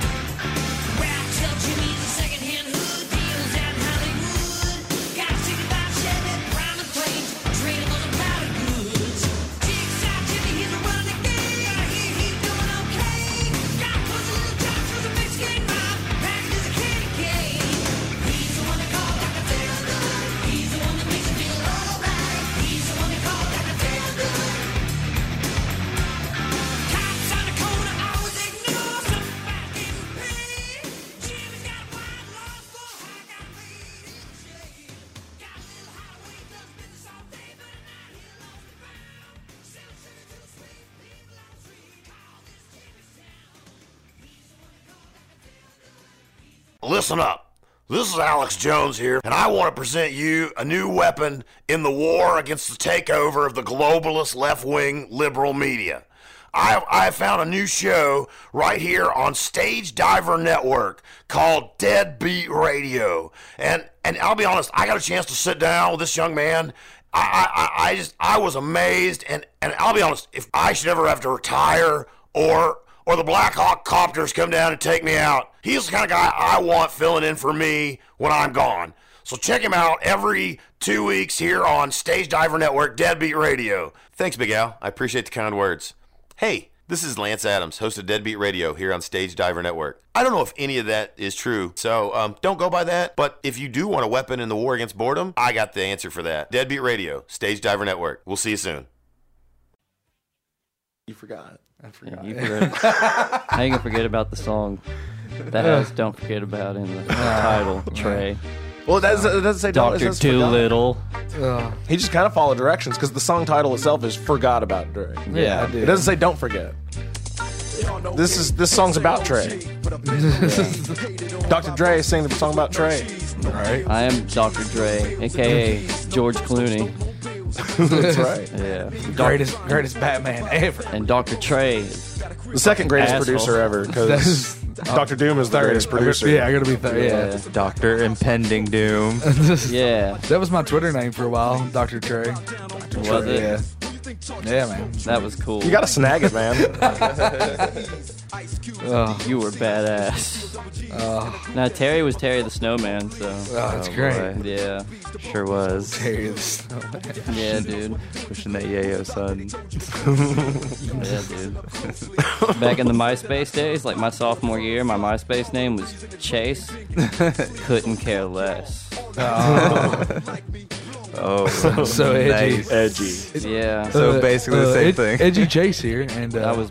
Rap till Jimmy's a secondhand hood deals at Hollywood. Got a 65 Chevy, brown and plain, tradable and powder goods. Jigsaw Jimmy, he's a running gay. I hear he's doing okay. Got puts a little jobs for the Mexican mob, packed as a candy cane. He's the one they call Dr. Feel Good. He's the one that makes you feel alright. He's the one they call Dr. Feel Good. Cops on the corner always ignore somebody getting paid. Jimmy's got a wide loss for high, got laid in jail. Got a little highway does business all day, but at night he lost the ground. Sells sugar to the sweet people on the street. Call this Jimmy's town. He's the one that called out the
Listen up. This is Alex Jones here, and I want to present you a new weapon in the war against the takeover of the globalist left wing liberal media. I, I found a new show right here on Stage Diver Network called Deadbeat Radio. And, and I'll be honest, I got a chance to sit down with this young man. I, I, I- I just I was amazed and, and I'll be honest, if I should ever have to retire or or the Black Hawk copters come down and take me out. He's the kind of guy I want filling in for me when I'm gone. So check him out every two weeks here on Stage Diver Network Deadbeat Radio.
Thanks, Big Al. I appreciate the kind words. Hey, this is Lance Adams, host of Deadbeat Radio here on Stage Diver Network. I don't know if any of that is true, so um, don't go by that. But if you do want a weapon in the war against boredom, I got the answer for that. Deadbeat Radio, Stage Diver Network. We'll see you soon.
You forgot.
Yeah, you forgot- How you gonna forget about the song that has "Don't Forget About" in the title? Trey,
Ah. Well, that doesn't, it doesn't say don't- it
Doctor
says forgot.
Doolittle.
He just kind of followed directions because the song title itself is "Forgot About Dre."
Yeah,
It doesn't say "Don't forget." This is this song's about Trey. Dr. Dre is singing the song about Trey.
I am Dr. Dre, aka George Clooney.
That's right.
Yeah,
greatest greatest Batman ever.
and Dr. Trey. is-
The second greatest
Asshole.
producer ever because Dr. Doom is the greatest producer.
Yeah, I gotta be third. Yeah.
Yeah,
Doctor Impending Doom.
yeah.
That was my Twitter name for a while, Dr. Trey.
Was it?
Yeah. Yeah, man.
That was cool.
You gotta snag it, man.
Oh.
You were badass. now Terry was Terry the Snowman, so
Oh, that's
Oh,
great.
boy.
yeah,
Sure was.
Terry the Snow-
yeah, dude,
Pushing that yayo son.
yeah, dude. Back in the MySpace days, like my sophomore year, my MySpace name was Chase. Couldn't care less.
Oh,
So edgy. uh,
nice.
Edgy.
Yeah,
So basically the same
Ed-
thing.
Edgy Chase here, and uh,
that was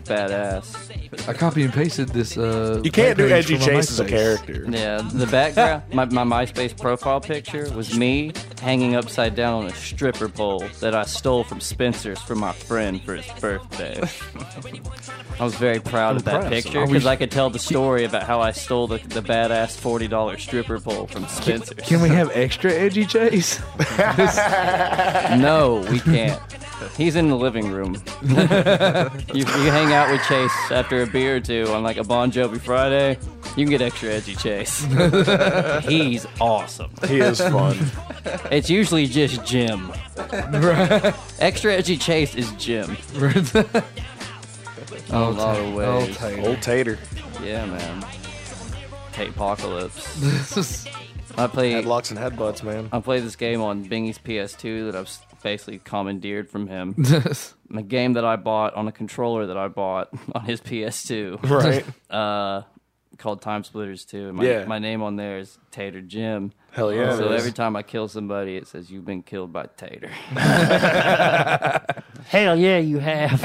badass.
I copy and pasted this. Uh,
You can't do
background
Edgy
from my
Chase as a
MySpace.
character.
Yeah, the background, my, my MySpace profile picture was me hanging upside down on a stripper pole that I stole from Spencer's for my friend for his birthday. I was very proud of that
Impressed.
picture
Are we-
because I could tell the story about how I stole the, the badass $40 stripper pole from Spencer's.
Can we have extra Edgy Chase?
No, we can't. He's in the living room. you, you hang out with Chase after a beer or two on like a Bon Jovi Friday. You can get extra edgy, Chase. He's awesome.
He is fun.
It's usually just Jim. Extra edgy chase is Jim. a lot
Oh,
of ways.
Taylor.
Old Tater.
yeah, man. Tate Apocalypse. I play.
Headlocks and headbutts, man.
I play this game on Bingy's PS2 that I've s- basically commandeered from him. a game that I bought on a controller that I bought on his PS2
Right.
uh, called Time Splitters 2. My,
Yeah.
my name on there is Tater Jim.
Hell yeah.
so
it is.
every time I kill somebody, it says you've been killed by Tater. Hell yeah, you have,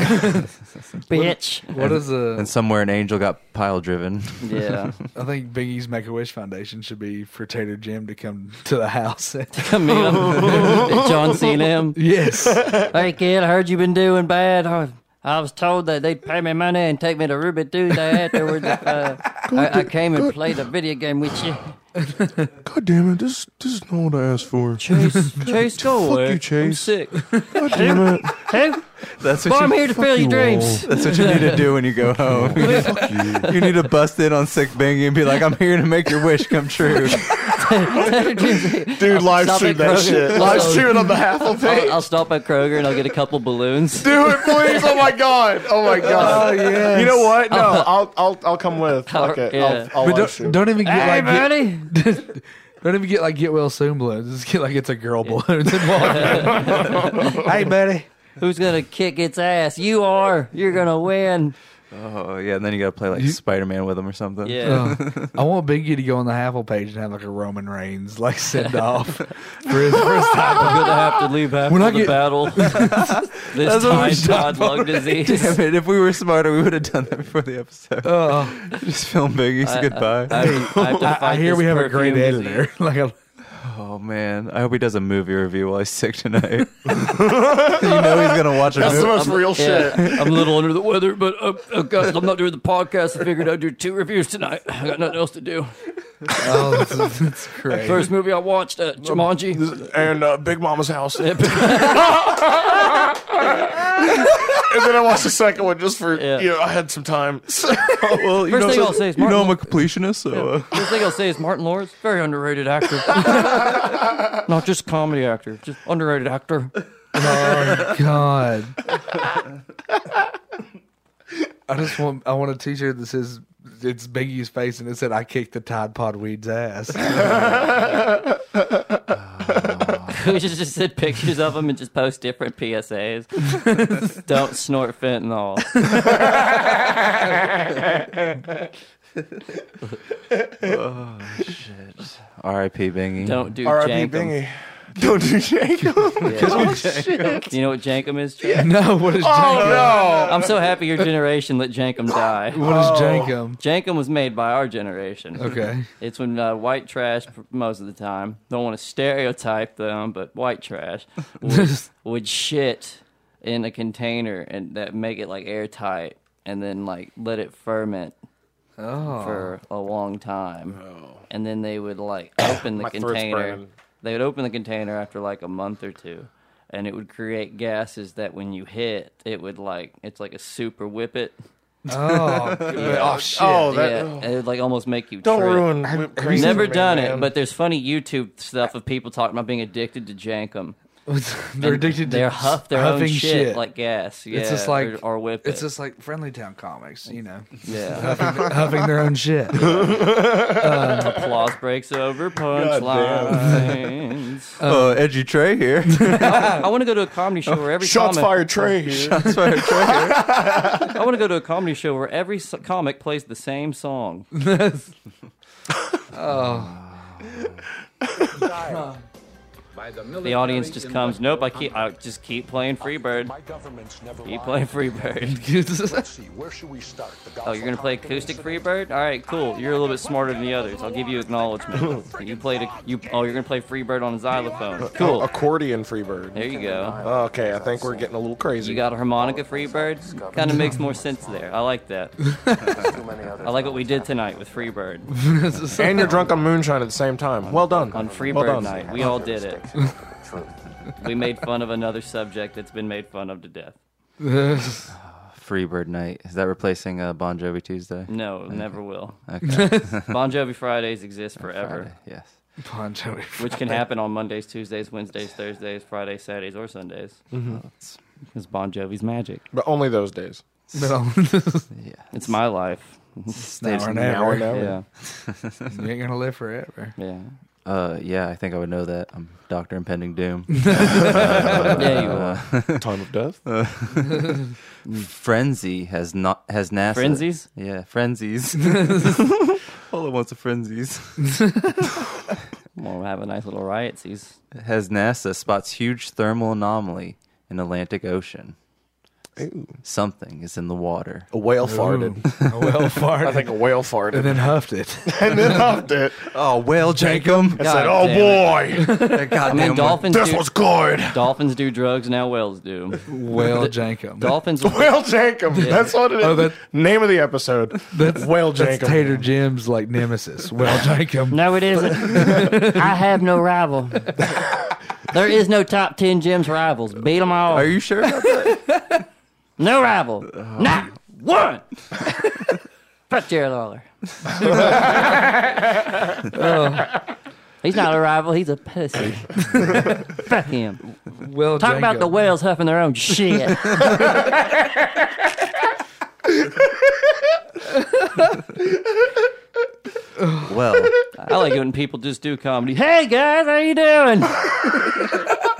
bitch.
What is the?
And somewhere an angel got pile driven.
Yeah,
I think Biggie's Make a Wish Foundation should be for Tater Jim to come to the house.
I mean, I'm- John Cena. Him.
yes.
Hey kid, I heard you've been doing bad. I, I was told that they'd pay me money and take me to Ruby Tuesday afterwards. If, uh, I, I came and played a video game with you.
God damn it! This this is not what I asked for.
Chase, Chase, go
Fuck
away.
you,
I'm
Chase.
sick.
God damn it!
Hey,
That's
boy,
what
I'm
you,
here to fill your
you
dreams.
that's what you need to do when you go home.
Fuck you.
you need to bust in on sick Bingy and be like, "I'm here to make your wish come true."
Dude, live
Stop
stream
it,
that
Kroger.
shit. Live stream it on the Halfle
I'll,
page.
I'll stop at Kroger and I'll get a couple balloons.
Do it, please. Oh my god. Oh my god. You know what? No, I'll I'll I'll come with. Fuck it.
Oh. Yeah.
I'll,
But
I'll live
don't,
stream.
don't even get
Hey,
like get,
buddy.
don't even get like get well soon balloons. Just get like it's a girl balloons involved.
Oh,
hey, buddy.
Who's gonna kick its ass? You are. You're gonna win.
oh yeah, and then you got to play like Spider-Man with him or something.
Yeah.
Uh, I want Biggie to go on the Halfle page and have like a Roman Reigns like send off for his first time.
I'm gonna have to leave after
When I
the
get-
battle. this time, Todd lung disease.
Damn it! If we were smarter, we would have done that before the episode.
Oh,
Just film Biggie's goodbye.
I, I have to
I, I
fight
hear
this
we have a great
perfume disease.
editor. like a,
oh man, I hope he does a movie review while he's sick tonight. you know he's gonna watch a
That's the
movie.
most real
Yeah,
shit.
I'm a little under the weather, but uh, uh, guys, I'm not doing the podcast. I figured I'd do two reviews tonight. I got nothing else to do.
oh, that's, that's great.
First movie I watched, uh, Jumanji.
And uh, Big Mama's house. and then I watched the second one just for
Yeah.
you know I had some time.
Well, you
First
know,
thing
so-
I'll say is
you know
Martin
I'm a completionist, so uh,
First thing I'll say is Martin Lawrence, very underrated actor. not just comedy actor, just underrated actor.
Oh God. I just want I want a T-shirt that says it's Biggie's face and it said I kicked the Tide Pod weed's ass.
We just, just did pictures of him and just post different PSAs. Don't snort fentanyl.
R.I.P. Bingy.
Don't do
R.I.P.
jankum.
Bingy. Don't do Jacob.
Do you know what jankum is? Trey?
Oh, no, what is Jankum?
no.
I'm so happy your generation let jankum die.
What is Jankum?
Jankum was made by our generation.
Okay.
It's when uh, white trash, most of the time, don't want to stereotype them, but white trash would, would shit in a container and that make it like airtight and then like let it ferment
Oh.
for a long time. And then they would like open the
My throat's
container.
burning.
They would open the container after like a month or two. And it would create gases that when you hit, it would like, it's like a super whip it.
Oh shit. Oh, that,
yeah. and It would like almost make you
Don't
trip.
ruin. whipped cream
Never
for me,
done it,
man.
but there's funny YouTube stuff of people talking about being addicted to jankum.
They're addicted to
They're huff their own
huffing
shit, like gas. Yeah,
it's just like
or, or whip
It's
it.
just like Friendly Town comics, you know,
yeah.
huffing their own shit.
Um,
Uh,
Applause breaks over punchlines.
Uh,
Oh, edgy Trey here.
I want to go to a comedy show where every
Shots
comic,
fired, Trey.
That's why I tried.
I want to go to a comedy show where every s- comic plays the same song. Oh. The audience just comes. Nope, I keep. I just keep playing Freebird.
government's never
Keep playing Freebird.
See, where should we start? The
Oh, you're gonna play acoustic Freebird? All right, cool. You're a little bit smarter than the others. I'll give you acknowledgement. you played a you. Oh, you're gonna play Freebird on a xylophone.
Oh,
Cool.
accordion freebird.
There you go.
Okay, I think we're getting a little crazy.
You got a harmonica Freebird. Kind of makes more sense there. I like that. I like what we did tonight with Freebird
and you're drunk on moonshine at the same time. Well done.
on
Well
Freebird
done.
night. We all did it. We made fun of another subject that's been made fun of to death.
Freebird night. Is that replacing uh, Bon Jovi Tuesday?
No, never will.
Okay.
Bon Jovi Fridays exist forever,
yes.
Bon Jovi.
which can happen on Mondays, Tuesdays, Wednesdays, Thursdays, Fridays, Saturdays, or Sundays. Because Mm-hmm. Bon Jovi's magic.
But only those days.
No,
It's my life.
now or
Hour
never.
and hour.
Yeah,
You ain't gonna live forever.
yeah,
Uh, yeah, I think I would know that. I'm Doctor Impending Doom. Uh,
yeah. You will.
Time of death.
Frenzy has not has NASA.
Frenzies?
Yeah, frenzies. All I want's a frenzies.
we'll have a nice little riot. He's
Has NASA spots huge thermal anomaly in Atlantic Ocean. Something is in the water.
A whale farted.
A whale farted
I think a whale
and
farted
then huffed it.
and then huffed it.
Oh, whale jankum!
I said,
God
"Oh
damn
boy,
and then dolphins.
This
do,
was good.
dolphins do drugs now. Whales do.
Whale jankum.
dolphins.
whale jankum." That's what it is.
Oh, that-
Name of the episode.
That's
whale
That's
jankum.
Tater Jim's like nemesis. Whale jankum.
No, it isn't. I have no rival. There is no top ten gyms rivals. Beat them all.
Are you sure about that? Uh-huh.
No rival. Not one. Fuck Jared Lawler. He's not a rival. He's a pussy. Fuck him.
Whale
Talk about the
jankum.
whales huffing their own shit.
well,
I like it when people just do comedy. Hey guys, how you doing?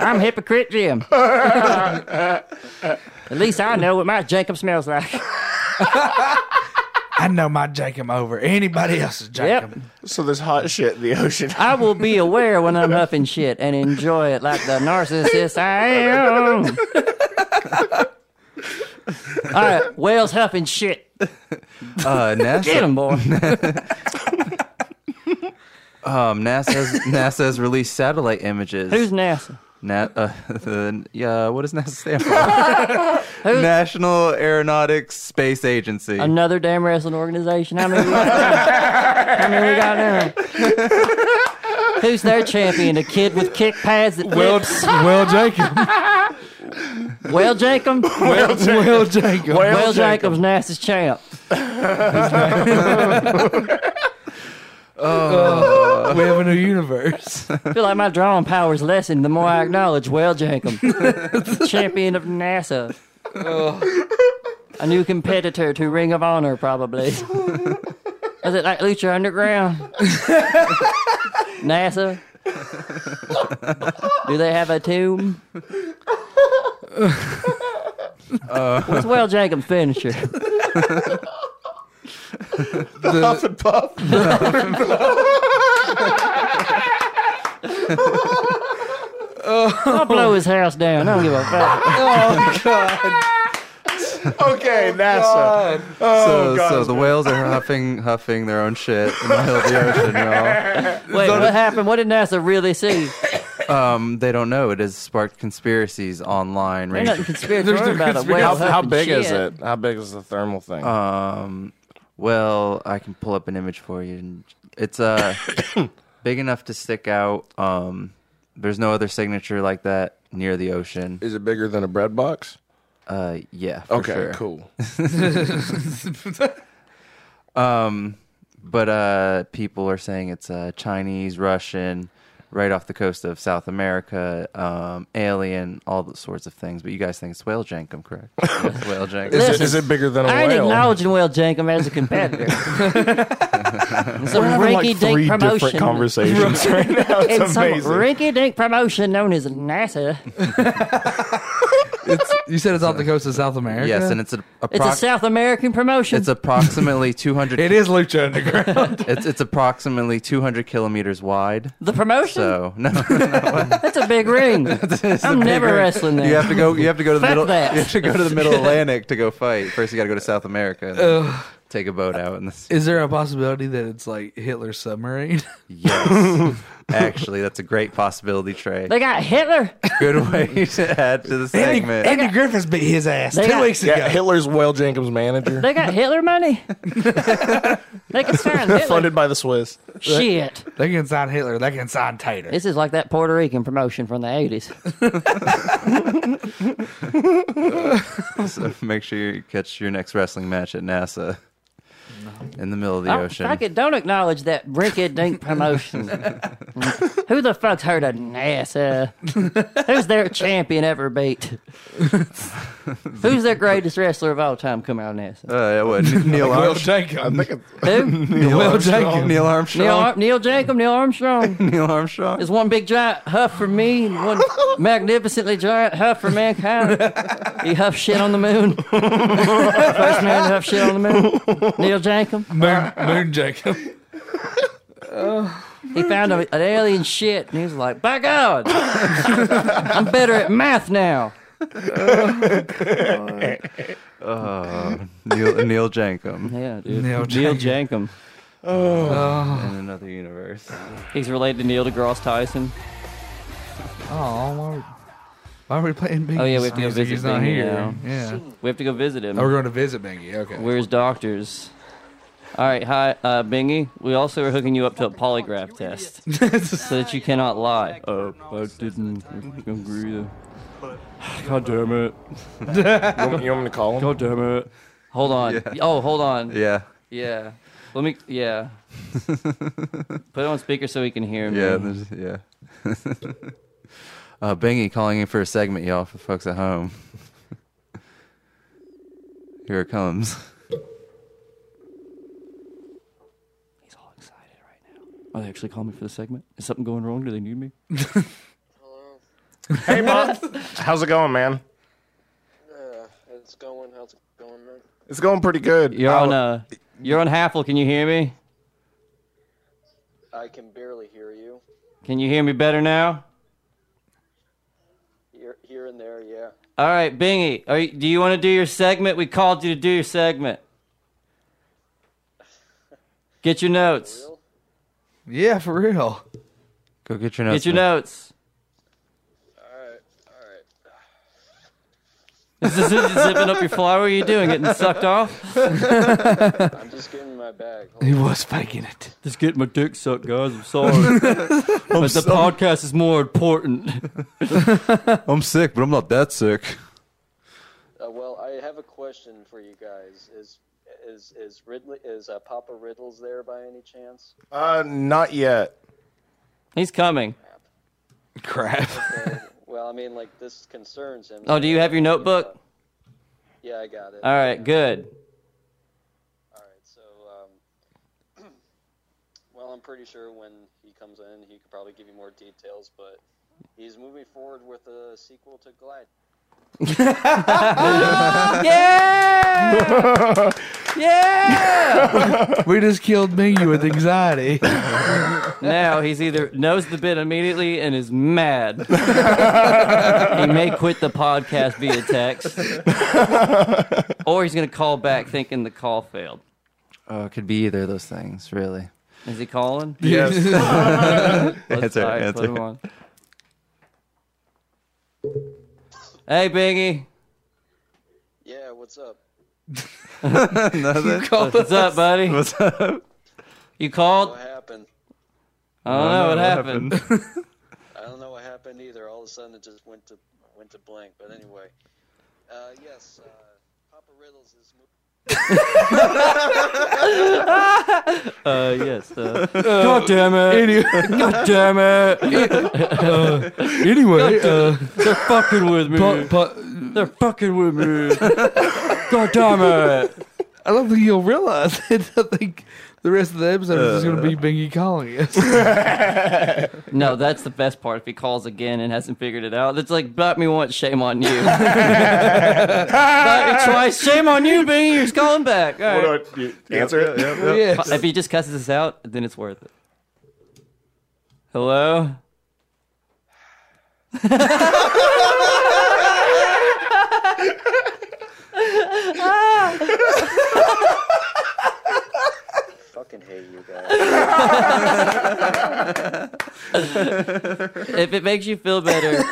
I'm hypocrite Jim. At least I know what my Jacob smells like.
I know my jankum over anybody else's jankum.
Yep.
So there's hot shit in the ocean.
I will be aware when I'm huffing shit and enjoy it like the narcissist I am. All right, whales huffing shit.
uh,
Get
NASA,
'em, boy.
um, NASA's, NASA's released satellite images.
Who's NASA?
Na- uh, the, yeah, what does NASA stand for? National Aeronautics Space Agency.
Another damn wrestling organization. How many we got now? How many we got now? Who's their champion? A kid with kick pads that
Whale,
flips?
whale jankum.
Well, Jacob.
Whale jankum. Whale jankum.
Well, Jacob's NASA's champ.
Uh, we have a new universe.
I feel like my drawing powers lessen the more I acknowledge Well Jacob, champion of NASA. A new competitor to Ring of Honor, probably. Is it like Lucha Underground? NASA? Do they have a tomb? What's Well Jacob's finisher?
The-
Oh.
I'll blow his house down. I don't give a fuck.
Okay, NASA.
Oh,
Oh,
so,
God,
so
it's
the whales are huffing, huffing their own shit in the middle of the ocean, y'all.
Wait, what happened? What did NASA really see?
Um, they don't know. It has sparked conspiracies online.
There's nothing
ranging-
conspiratorial about a whale
How, how
huffing
big is
shit.
it? How big is the thermal thing?
Um, well, I can pull up an image for you. and It's uh big enough to stick out. Um, there's no other signature like that near the ocean.
is it bigger than a bread box?
Uh, yeah. for
Okay,
sure.
cool.
Um, but uh, people are saying it's uh, Chinese, Russian, right off the coast of South America, um, alien, all the sorts of things. But you guys think it's whale jankum, correct? It's whale
Is
jankum.
it, is it bigger than a
I ain't
whale?
acknowledging Will Jankum as a competitor. some
We're having like
rinky
three
dink
different
promotion.
conversations right now.
In
It's
some
amazing.
rinky dink promotion known as NASA.
it's, you said it's off the coast of South America.
Yes, and it's a,
It's a
approx-
South American promotion.
it's approximately 200
it is Lucha Underground.
It's it's approximately 200 kilometers wide.
the promotion?
So no,
That's a big ring. I'm never wrestling there.
you have to go. You have to go to the
Fuck
middle.
that.
You have to go to the Middle Atlantic to go fight. First, you got to go to South America. and then Take a boat out in the sea.
is there a possibility that it's like Hitler's submarine?
Yes, actually, that's a great possibility, Trey.
They got Hitler.
Good way to add to the segment.
Griffiths beat his ass
They got-
Yeah, Hitler's Whale Jenkins manager,
They got Hitler money. they can sign Hitler.
funded by the Swiss.
Shit.
They can sign Hitler. They can sign Tater.
This is like that Puerto Rican promotion from the 80s.
So make sure you catch your next wrestling match at NASA in the middle of the
I-
ocean.
Oh, I could don't acknowledge that rinky dink promotion. Who the fuck's heard of NASA? Who's their champion ever beat? Who's their greatest wrestler of all time? Come out, NASA.
uh, what, Neil,
Will
Armstrong,
Jankum.
Who?
Neil
Will
Armstrong.
Jenkins.
Neil
Neil,
Armstrong.
Ar- Neil Jacob, Neil Armstrong.
Neil Armstrong.
There's one big giant huff for me, and one magnificently giant huff for mankind. He huffed shit on the moon. First man to huff shit on the moon. Neil Jacob.
Moon, Moon Jankum.
He found a, an alien shit, and he was like, "By God, I'm better at math now."
Oh, Neil, Neil Jankum
Yeah, dude.
Neil Oh.
Neil Jankum.
in another universe.
He's related to Neil deGrasse Tyson.
Oh, why are, why are we playing Bingy?
Oh, yeah, we have to go
He's-
visit
He's not
Bingy
here.
now.
Yeah.
We have to go visit him.
Oh, we're going to visit Bingy. Okay.
We're his doctors. All right, hi, uh, Bingy. We also are hooking you up to a polygraph test so that you cannot lie. Oh, I didn't agree. God damn it!
You want, you want me to call him?
God damn it! Hold on. Oh, hold on.
Yeah,
Yeah. Let me. Yeah. Put it on speaker so he can hear me.
yeah, there's- yeah. uh, Bingy calling in for a segment, y'all, for folks at home. Here it comes.
He's all excited right now. Are Oh, they actually calling me for the segment? Is something going wrong? Do they need me?
Hey, Bob. How's it going, man?
It's going. How's it going, man?
It's going pretty good.
You're
I'll-
on. Uh, you're on Halfle. Can you hear me?
I can barely hear you.
Can you hear me better now?
Here, here and there, yeah.
All right, Bingy. Are you, do you want to do your segment? We called you to do your segment. Get your notes.
yeah, for real.
Go get your notes.
Get your
man.
notes.
All right, all right.
Is this is it zipping up your flower? What are you doing? Getting sucked off?
I'm just getting my bag.
He was faking it.
Just getting my dick sucked, guys. I'm sorry. but the podcast is more important.
I'm sick, but I'm not that sick.
Uh, well, I have a question for you guys. Is is is Ridley is uh, Papa Riddles there by any chance?
Uh, not yet.
He's coming.
Crap.
Well, I mean, like this concerns him.
Oh, do you have your notebook?
Yeah, I got it.
All right, good.
All right, so, um, well, I'm pretty sure when he comes in, he could probably give you more details, but he's moving forward with a sequel to Glide.
Yeah! yeah!
we just killed Bingy with anxiety.
Now he's either knows the bit immediately and is mad. he may quit the podcast via text, or he's going to call back thinking the call failed.
Oh, it could be either of those things, really.
Is he calling?
Yes.
Let's-
Answer,
all right,
answer.
put him on. Hey, Bingy.
Yeah, what's up?
What's up, buddy? What's up? You called?
What happened?
I don't know what happened.
I don't know what happened either. All of a sudden, it just went to went to blank. But anyway, uh, yes, uh, Papa Riddles is. Mo-
Uh, yes. Uh, God damn it. God damn it.
anyway, uh,
They're fucking with me.
but, but
They're fucking with me. God damn it.
I don't think you'll realize it. I think the rest of the episode is just going
Uh.
to be Bingy calling us.
No, that's the best part. If he calls again and hasn't figured it out, it's like, bat me once, shame on you. bat me twice, shame on you, Bingy. He's calling back. All right.
What do I- you answer it?
yes.
If he just cusses us out, then it's worth it. Hello?
Fucking hate you guys.
If it makes you feel better,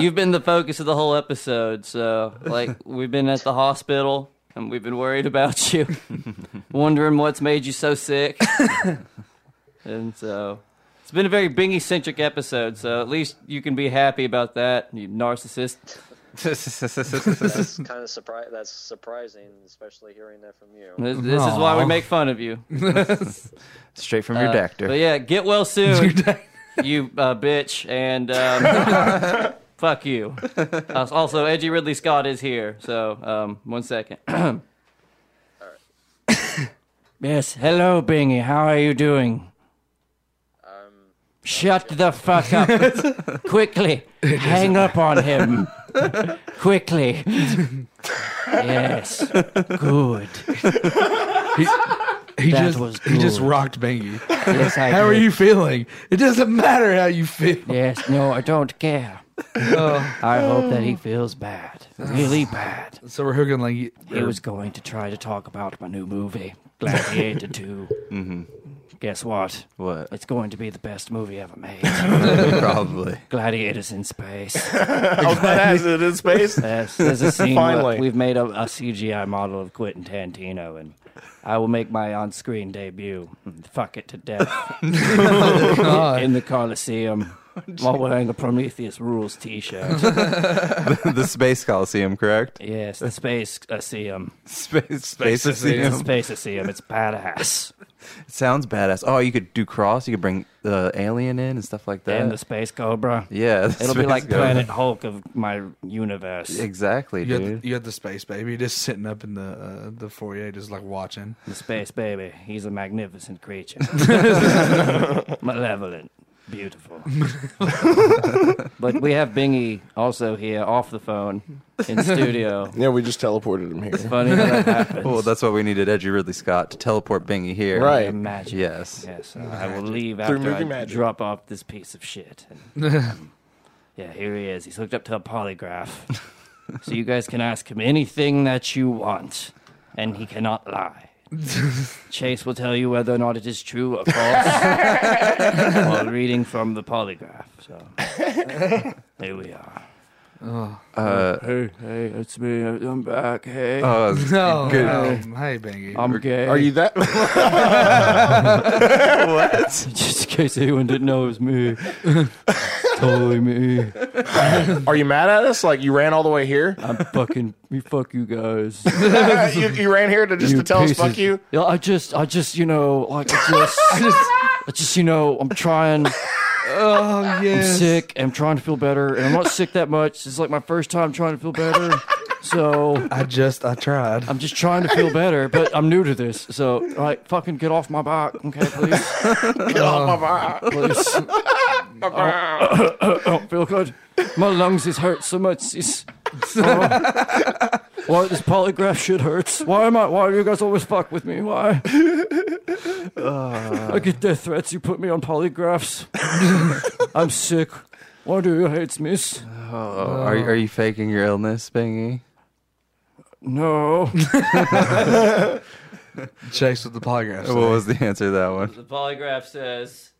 you've been the focus of the whole episode. So, like, we've been at the hospital and we've been worried about you, wondering what's made you so sick. and so, it's been a very Bingy centric episode. So, at least you can be happy about that, you narcissist.
That's kind of surpri- That's surprising, especially hearing that from you.
This, this is why we
Aw.
make fun of you.
Straight from your
Uh,
doctor.
But yeah, get well soon, you uh, bitch, and um, fuck you. Uh, also, Edgy Ridley Scott is here, so um, one second. yes, hello, Bingy. How are you doing? Shut the fuck up. Quickly. Hang up on him. Quickly. yes. Good.
He
That
just
was
he just
good.
rocked Bingy.
Yes, I
how are
did.
you feeling? It doesn't matter how you feel. Oh.
Yes, no, I don't care. I hope that he feels bad, really bad.
So we're hooking like
He was going to try to talk about my new movie, Gladiator 2. mm-hmm. Guess what?
What?
It's going to be the best movie ever made.
Probably.
Gladiators in space.
I was about to ask, is it in space?
Yes, there's a scene where
Finally.
we've made a, a CGI model of Quentin Tarantino, and I will make my on-screen debut. and Fuck it to death in the Coliseum, while wearing the Prometheus Rules T-shirt.
the Space Coliseum, correct?
yes, the space Coliseum,
Space Space Coliseum.
space Coliseum. It's badass.
It sounds badass. Oh, you could do cross. You could bring the alien in and stuff like that.
And the Space Cobra.
yeah, the
It'll be
Space
like
Cobra.
Planet Hulk of my universe.
Exactly,
You
dude.
got, the, you got the space baby just sitting up in the uh, the foyer, just like watching.
The space baby. He's a magnificent creature. Malevolent. Beautiful. but we have Bingy also here off the phone in studio.
Yeah, we just teleported him here.
Funny how that happens.
Well, Oh, that's why we needed Edgy Ridley Scott to teleport Bingy here.
Right.
The magic.
Yes.
Yes. uh, I will leave
Through
after
movie
I
magic.
drop off this piece of shit. And, um, yeah, here he is. He's hooked up to a polygraph. so you guys can ask him anything that you want, and he cannot lie. Chase will tell you whether or not it is true or false while reading from the polygraph. So here we are.
Uh,
Oh, Hey, hey, it's me. I'm back. Hey,
oh,
No,
good.
hey Bingy,
I'm gay.
Are you that?
Just in case anyone didn't know it was me. totally me.
Are you mad at us? Like you ran all the way here?
I'm fucking me. Fuck you guys.
you, you ran here to just to tell us fuck you?
Yeah, I just, I just, you know, like I just, I just, I just, you know, I'm trying.
oh
I'm
yes,
sick. I'm trying to feel better, and I'm not sick that much. It's like my first time trying to feel better. So
I just I tried.
I'm just trying to feel better, but I'm new to this. So like, fucking get off my back, okay, please.
Get off my back.
Please. I don't feel good. My lungs is hurt so much. It's, Oh. why this polygraph shit hurts? Why am I? Why do you guys always fuck with me? Why?
Ah.
I get death threats. You put me on polygraphs. I'm sick. Why do you hate me? Uh,
Oh, are, you- are you faking your illness, Bingy?
No.
Chase with the polygraph.
What was the answer to that one?
The polygraph says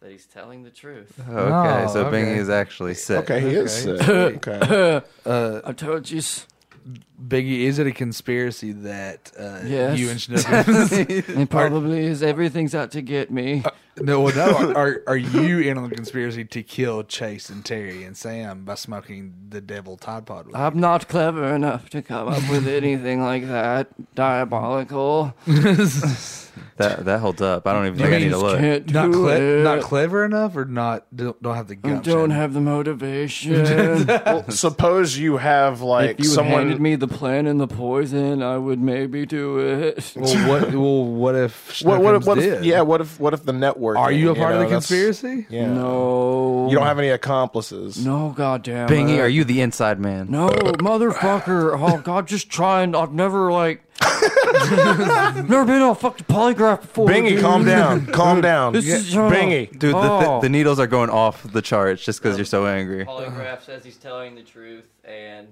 that he's telling the truth.
Okay,
Oh,
so
okay.
Bingy is actually sick.
Okay, he is sick. Okay.
I told you.
Uh, Biggie, is it a conspiracy that uh,
Yes.
you and Schnook?
It probably is. Everything's out to get me.
Uh, no, well, no. Are are you in on the conspiracy to kill Chase and Terry and Sam by smoking the devil Tide Pod? With
I'm not clever enough to come up with anything like that. Diabolical.
That that holds up. I don't even
You
think I
mean
need to
it's
look.
Can't do
not cle-
it.
not clever enough, or not don't, don't have the
I
gumption.
don't have the motivation.
Well, suppose you have like
if you
someone.
handed me the plan and the poison, I would maybe do it.
Well, what? Well, what if?
what, what,
Schnookums
if- what if,
did?
yeah, what if what if the network?
Are you a part
know,
of the
that's-
conspiracy?
Yeah.
No.
You don't have any accomplices.
No, goddamn.
Bingy,
it.
are you the inside man?
No, motherfucker. Oh, God, just trying. I've never, like. never been on a fucking polygraph before.
Bingy,
dude.
calm down. Calm down.
This is- oh.
Bingy.
Dude, the,
Oh.
th- the needles are going off the charts just because you're so angry.
Polygraph says he's telling the truth and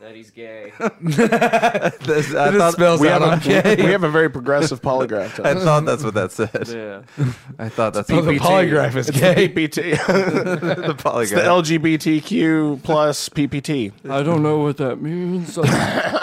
that he's gay.
That's- I,
It
thought,
spells
We
out
have,
on
a, we have a very progressive polygraph
I
test.
thought that's what that said.
Yeah.
I thought that's
Oh,
what
the polygraph is
It's
gay.
PPT. it's
the polygraph.
the LGBTQ plus PPT.
I don't know what that means. I'm,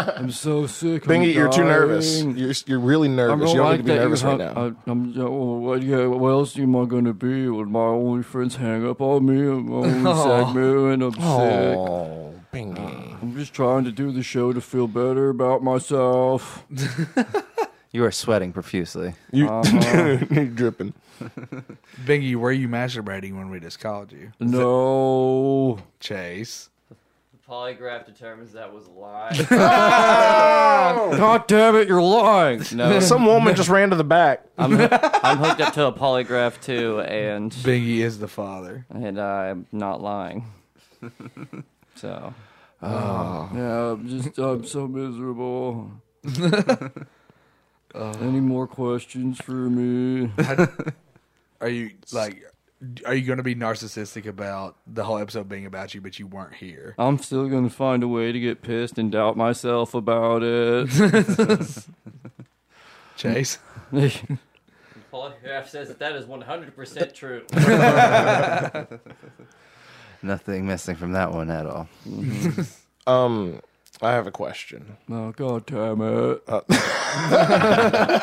Oh. I'm so sick. I'm
Bingy, you're too nervous.
dying.
You're, you're really
I'm
nervous.
not
You don't
like
need to be
that you
nervous right
hung-
now.
I, am yeah, well, what- yeah, what else am I going to be when my only friends hang up on me and my only segment and I'm sick?
Oh, Bingy.
I'm just trying to do the show to feel better about myself. Uh,
You are sweating profusely.
You,
Uh-huh.
you're dripping.
Bingy, Um, were you masturbating when we just called you,
No.
Chase?
The polygraph determines that was a lie. God damn it, you're lying. No,
Oh! Some woman just ran to the back.
I'm, I'm hooked up to a polygraph too, and
Bingy is the father.
and I'm not lying. So, Oh. yeah, I'm just I'm so miserable. Uh, Any more questions for me?
Are you like? Are you going to be narcissistic about the whole episode being about you, but you weren't here?
I'm still gonna find a way to get pissed and doubt myself about it.
Chase?
Paul Graff says that that is 100% true.
Nothing missing from that one at all.
um, I have a question.
Oh, God damn it.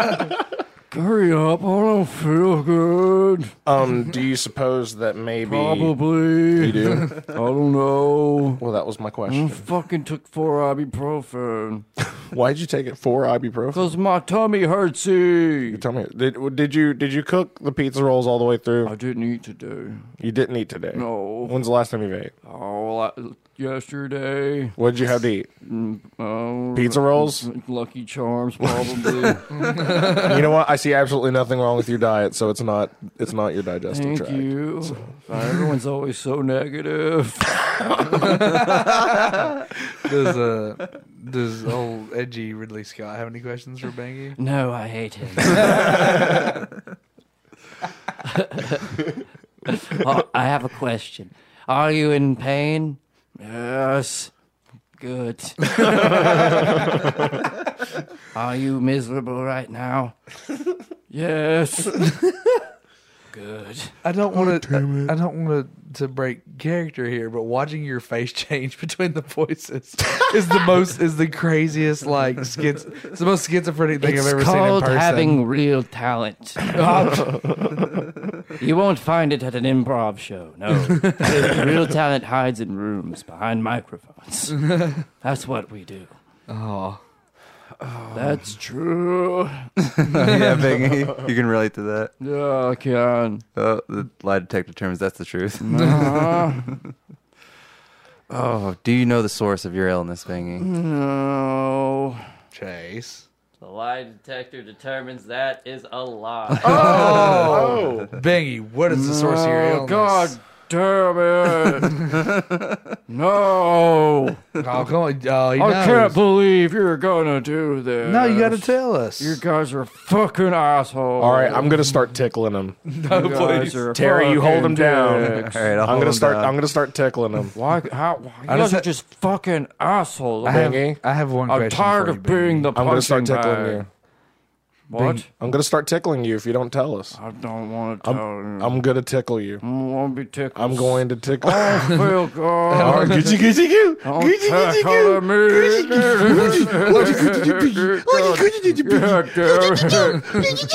Hurry up, I don't feel good.
Um, do you suppose that maybe
Probably.
You do?
I don't know.
Well, that was my
I
question.
Mm, fucking took four ibuprofen.
Why'd you take it for ibuprofen?
Because my tummy hurts. You
tell me, did did you did you cook the pizza rolls all the way through?
I didn't eat today.
You didn't eat today.
No.
When's the last time you ate?
Oh, la- yesterday.
What did you have to eat?
Mm, oh,
Pizza rolls?
Lucky Charms, probably.
you know what? I see absolutely nothing wrong with your diet, so it's not it's not your digestive
Thank
tract.
you. Everyone's always so negative.
Does uh, does old edgy Ridley Scott have any questions for Bangy?
No, I hate him. Oh, I have a question. Are you in pain? Yes. Good. Are you miserable right now? Yes. Good.
I don't want to. I don't want to to break character here, but watching your face change between the voices is the most is the craziest like schiz. It's the most schizophrenic thing
it's
I've ever seen in
called
person.
having real talent. you won't find it at an improv show. No, real talent hides in rooms behind microphones. That's what we do.
oh,
That's true.
yeah, Bingy, you can relate to that.
Yeah, I can.
Oh, the lie detector terms. That's the truth.
Uh,
oh, do you know the source of your illness, Bingy?
no.
Chase.
The lie detector determines that is a lie.
Oh, Bingy, what is the source of your
Oh,
illness?
God damn it. no.
Oh, come on. Oh, he
I
knows.
can't believe you're gonna do this.
No, you got to tell us.
You guys are fucking assholes.
All right, I'm gonna start tickling him.
You guys are
Terry, you hold
fucking
him down.
dicks.
All right, I'll
I'm
hold
gonna
him
start.
down.
I'm gonna start tickling him.
Why? How? Why, you
I
guys
just
are
had-
just fucking assholes.
I have,
Bingy,
I have one
I'm
question.
tired
for
of
you,
being
Bingy.
the
I'm gonna
punching
start tickling
bag.
you.
What?
I'm gonna start tickling you if you don't tell us.
I don't want to
I'm,
tell you.
I'm gonna tickle you.
I want to be tickled. Oh,
I'm going to tickle.
I don't feel
All
good.
right, Gucci, Gucci, goo.
Don't
Gucci, Gucci,
tickle
goo.
me.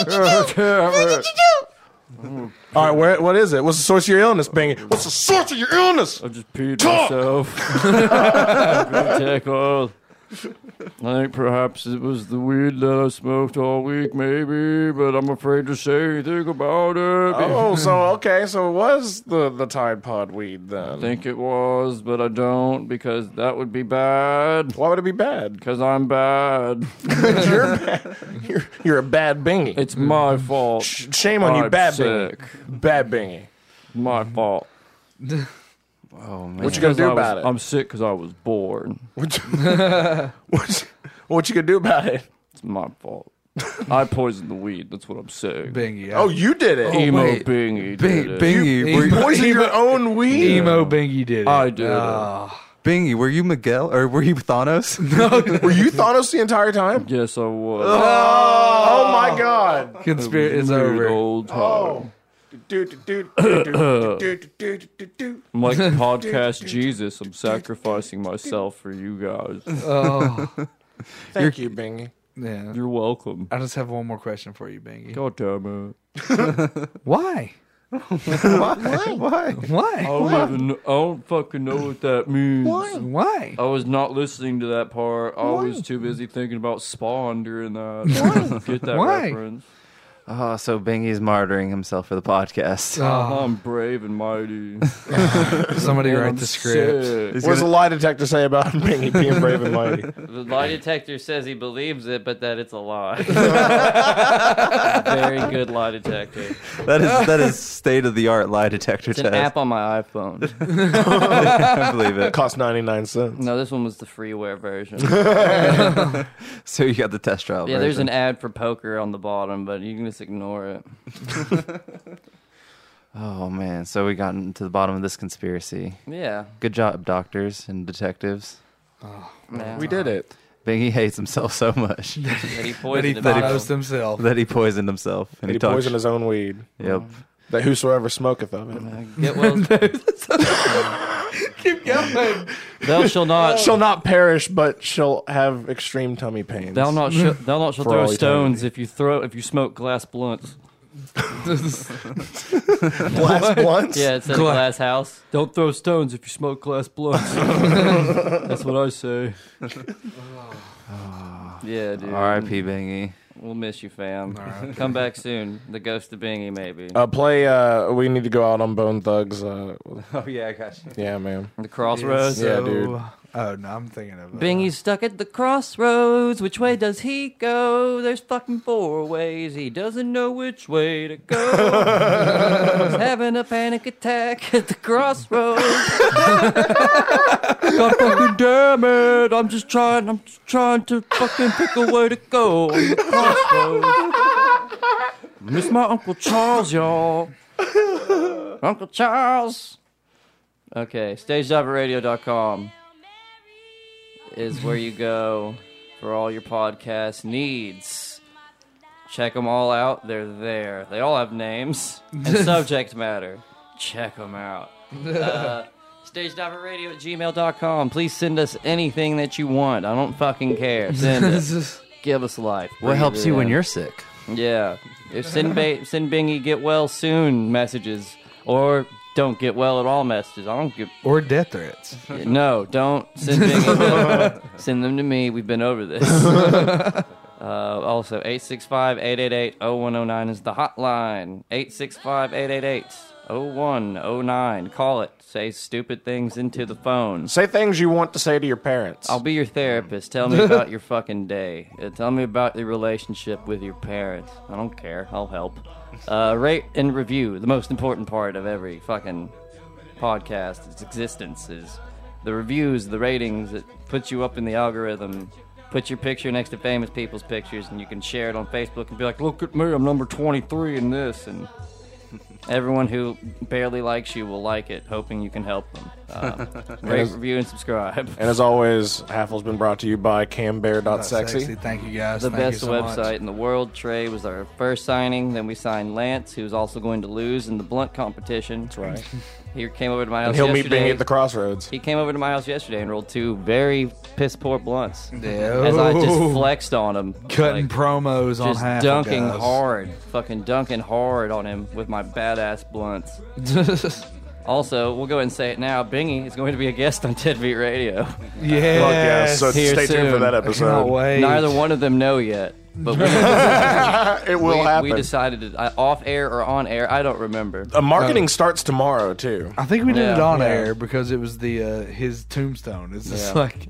God damn it.
All right, where, what is it? What's the source of your illness, Bingy? What's the source of your illness?
I just peed
Talk!
myself. Got tickled. I think perhaps it was the weed that I smoked all week, maybe, but I'm afraid to say anything about it.
Oh, so okay, so it was the the Tide Pod weed
I
then?
think it was, but I don't because that would be bad.
Why would it be bad?
Because I'm bad.
You're a bad Bingy.
It's my fault.
Mm-hmm. Sh- shame on you,
I'm
bad
sick. Mm-hmm.
Bingy. Bad Bingy.
My fault.
Oh man,
What you gonna
I
do
was-
about it?
I'm sick because I was born.
What you, what, you- what you gonna do about it?
It's my fault. I poisoned the weed. That's what I'm saying.
Bingy. I-
Oh, you did it.
Emo
wait.
Bingy. did
Bing,
it.
Bingy,
You-
were,
you-
Poison your own weed.
Emo Bingy did it.
I did. it.
Oh.
Bingy, were you Miguel or were you Thanos?
Were you Thanos the entire time?
Yes, I was.
Oh, my god.
Conspiracy is
Weird
over.
Old time.
Oh. Do, do, do, do, do, do, do, do, do, do.
I'm like podcast Jesus. I'm sacrificing myself for you guys.
Oh,
Thank you, Bingy.
yeah.
You're welcome.
I just have one more question for you, Bingy.
God damn it.
Why?
Why?
I
Why?
don't even. I don't fucking know what that means.
Why?
I was not listening to that part. I was too busy thinking about Spawn during that. I don't Get that
Why?
reference.
Oh, so Bingy's martyring himself for the podcast.
Oh.
I'm brave and mighty.
Ah. Somebody
And
write
I'm
the script.
sick.
What does the lie detector say about Bingy being brave and mighty?
The lie detector says he believes it, but that it's a lie. Very good lie detector.
That is that is state of the art lie detector
It's an
test.
app on my iPhone.
I believe
It
it.
costs 99 cents.
No, this one was the freeware version.
So you got the test trial.
Yeah, there's
version.
an ad for poker on the bottom, but you can just ignore it.
Oh man, so we got to the bottom of this conspiracy.
Yeah. Oh,
Good job, doctors and detectives.
man.
We did it.
Bingy hates himself so much
That he
But he
poisoned
thought
himself.
host himself.
that he poisoned himself and,
And he
talks-
poisoned his own weed.
Yep.
That whosoever smoketh of it
Uh, Get well.
Keep going.
Thou shalt not.
shall not perish, but shall have extreme tummy pains.
Thou not. Sh- thou not shall
For
throw
all
stones if you throw if you smoke glass blunts.
blast blunts.
Yeah, it's a
Gla-
glass house. Don't throw stones if you smoke glass blunts. That's what I say. yeah, dude.
R.I.P. Bingy.
We'll miss you, fam. Come back soon. The ghost of Bingy, maybe.
Uh, play. Uh, we need to go out on Bone Thugs. Uh,
Oh yeah, I got you.
yeah, man.
the crossroads.
Yeah, dude.
Oh no, I'm thinking of uh,
Bingy's stuck at the crossroads. Which way does he go? There's fucking four ways. He doesn't know which way to go. He's having a panic attack at the crossroads. God fucking damn it! I'm just trying. I'm just trying to fucking pick a way to go. On the crossroads. Miss my uncle Charles, y'all. Uncle Charles. Okay, stagediverradio.com is where you go for all your podcast needs. Check them all out. They're there. They all have names and subject matter. Check them out. Uh, StageDiverRadio at gmail.com. Please send us anything that you want. I don't fucking care. Send us. Give us life.
What helps you when
you're
you're sick?
yeah. If send, ba- send Bingy get well soon messages or don't get well at all messages. I don't give.
or death threats.
No, don't send Bingy. them. send them to me. We've been over this. uh, also, 865 888 0109 is the hotline. 865 888 0109. Call it. Say stupid things into the phone.
Say things you want to say to your parents.
I'll be your therapist. Tell me about your fucking day. Uh, Tell me about your relationship with your parents. I don't care. I'll help. Uh, rate and review. The most important part of every fucking podcast, its existence, is the reviews, the ratings. It puts you up in the algorithm. Put your picture next to famous people's pictures, and you can share it on Facebook and be like, "Look at me, I'm number 23 in this." And everyone who barely likes you will like it, hoping you can help them. Um, rate, review, and subscribe.
and as always, Halfle's been brought to you by CamBear.sexy.
Sexy. Thank you guys.
the
Thank you
best
so much.
website in the world. Trey was our first signing. Then we signed Lance, who's also going to lose in the blunt competition. That's
right.
He came over to my
And
house
he'll meet
yesterday.
Bingy at the crossroads.
he came over to my house yesterday and rolled two very piss poor blunts.
Yeah.
As I
Ooh.
just flexed on him,
cutting
like,
promos on
just
half.
dunking
of
hard, fucking dunking hard on him with my badass blunts.
guys.
Also, we'll go ahead and say it now. Bingy is going to be a guest on Dead Beat Radio.
yeah.
Fuck yeah, so
Here
stay tuned for
soon.
that
I
Cannot
episode.
wait.
Neither one of them know yet, but we
It will
we,
happen.
we decided it uh, off air or on air. I don't remember.
uh, marketing starts tomorrow, too.
I think we did
Yeah.
it on
Yeah.
air because it was the uh, his tombstone. It's just
Yeah.
like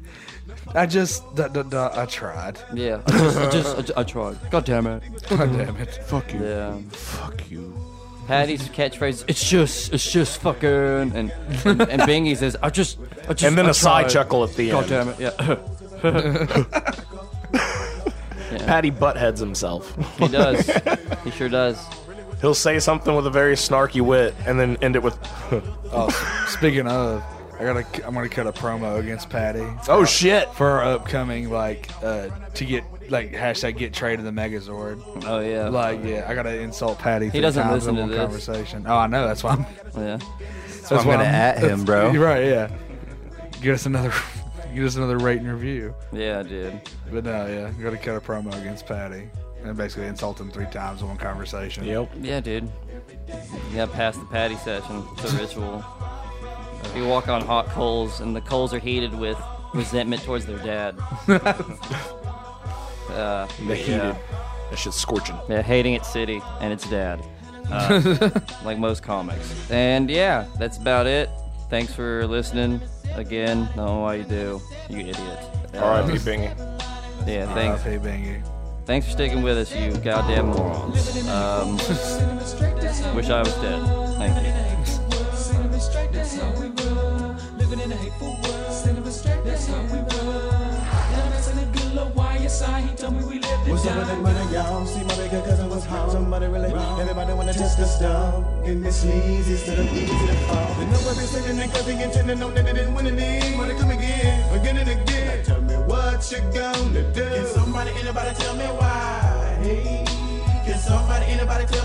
I just da, da, da, I tried.
Yeah, I just, I, just I, ju- I tried. God damn it.
God damn it! Fuck you.
Yeah.
Fuck you.
Patty's catchphrase: is, "It's just, it's just fucking," and and, and Bingy says, "I just, I just."
And then
I
a side
tried.
chuckle at the
God damn
end.
it! Yeah,
Patty buttheads himself.
he does. he sure does.
He'll say something with a very snarky wit and then end it with,
Oh, Speaking of, I gotta I'm gonna cut a promo against Patty
oh shit.
for our upcoming like uh, to get like hashtag get trade of the Megazord.
Oh yeah.
Like yeah, I gotta insult Patty. three
doesn't
times in
listen to
one
this.
conversation. Oh, I know. That's why I'm.
yeah.
That's,
I'm
why
gonna at him, bro.
You're right. Yeah. Get us another. Get us another rate and review.
Yeah, dude.
But no, yeah, I'm gonna cut a promo against Patty and basically insult him three times in one conversation.
Yep.
Yeah, dude. Yeah, past the patty session. It's a ritual. You walk on hot coals, and the coals are heated with resentment towards their dad. uh, but yeah.
That shit's scorching.
Yeah, hating its city and its dad, uh, like most comics. And yeah, that's about it. Thanks for listening again. I don't know why you do, you idiot.
R.I.P.
Um,
Bingy.
Yeah, thanks.
Hey, Bingy.
Thanks for sticking with us, you goddamn morons. Um, wish I was dead. Thank you.
What's up with that money, y'all? See my bigger cousin was home. Somebody really Everybody wanna test the stuff. And this sleazy instead of easy to fall. They know every sitting and cussing and tending on that it didn't win any. Wanna come again, again and again. Now tell me what you gonna do. Can somebody, anybody tell me why? Hey, can somebody, anybody tell me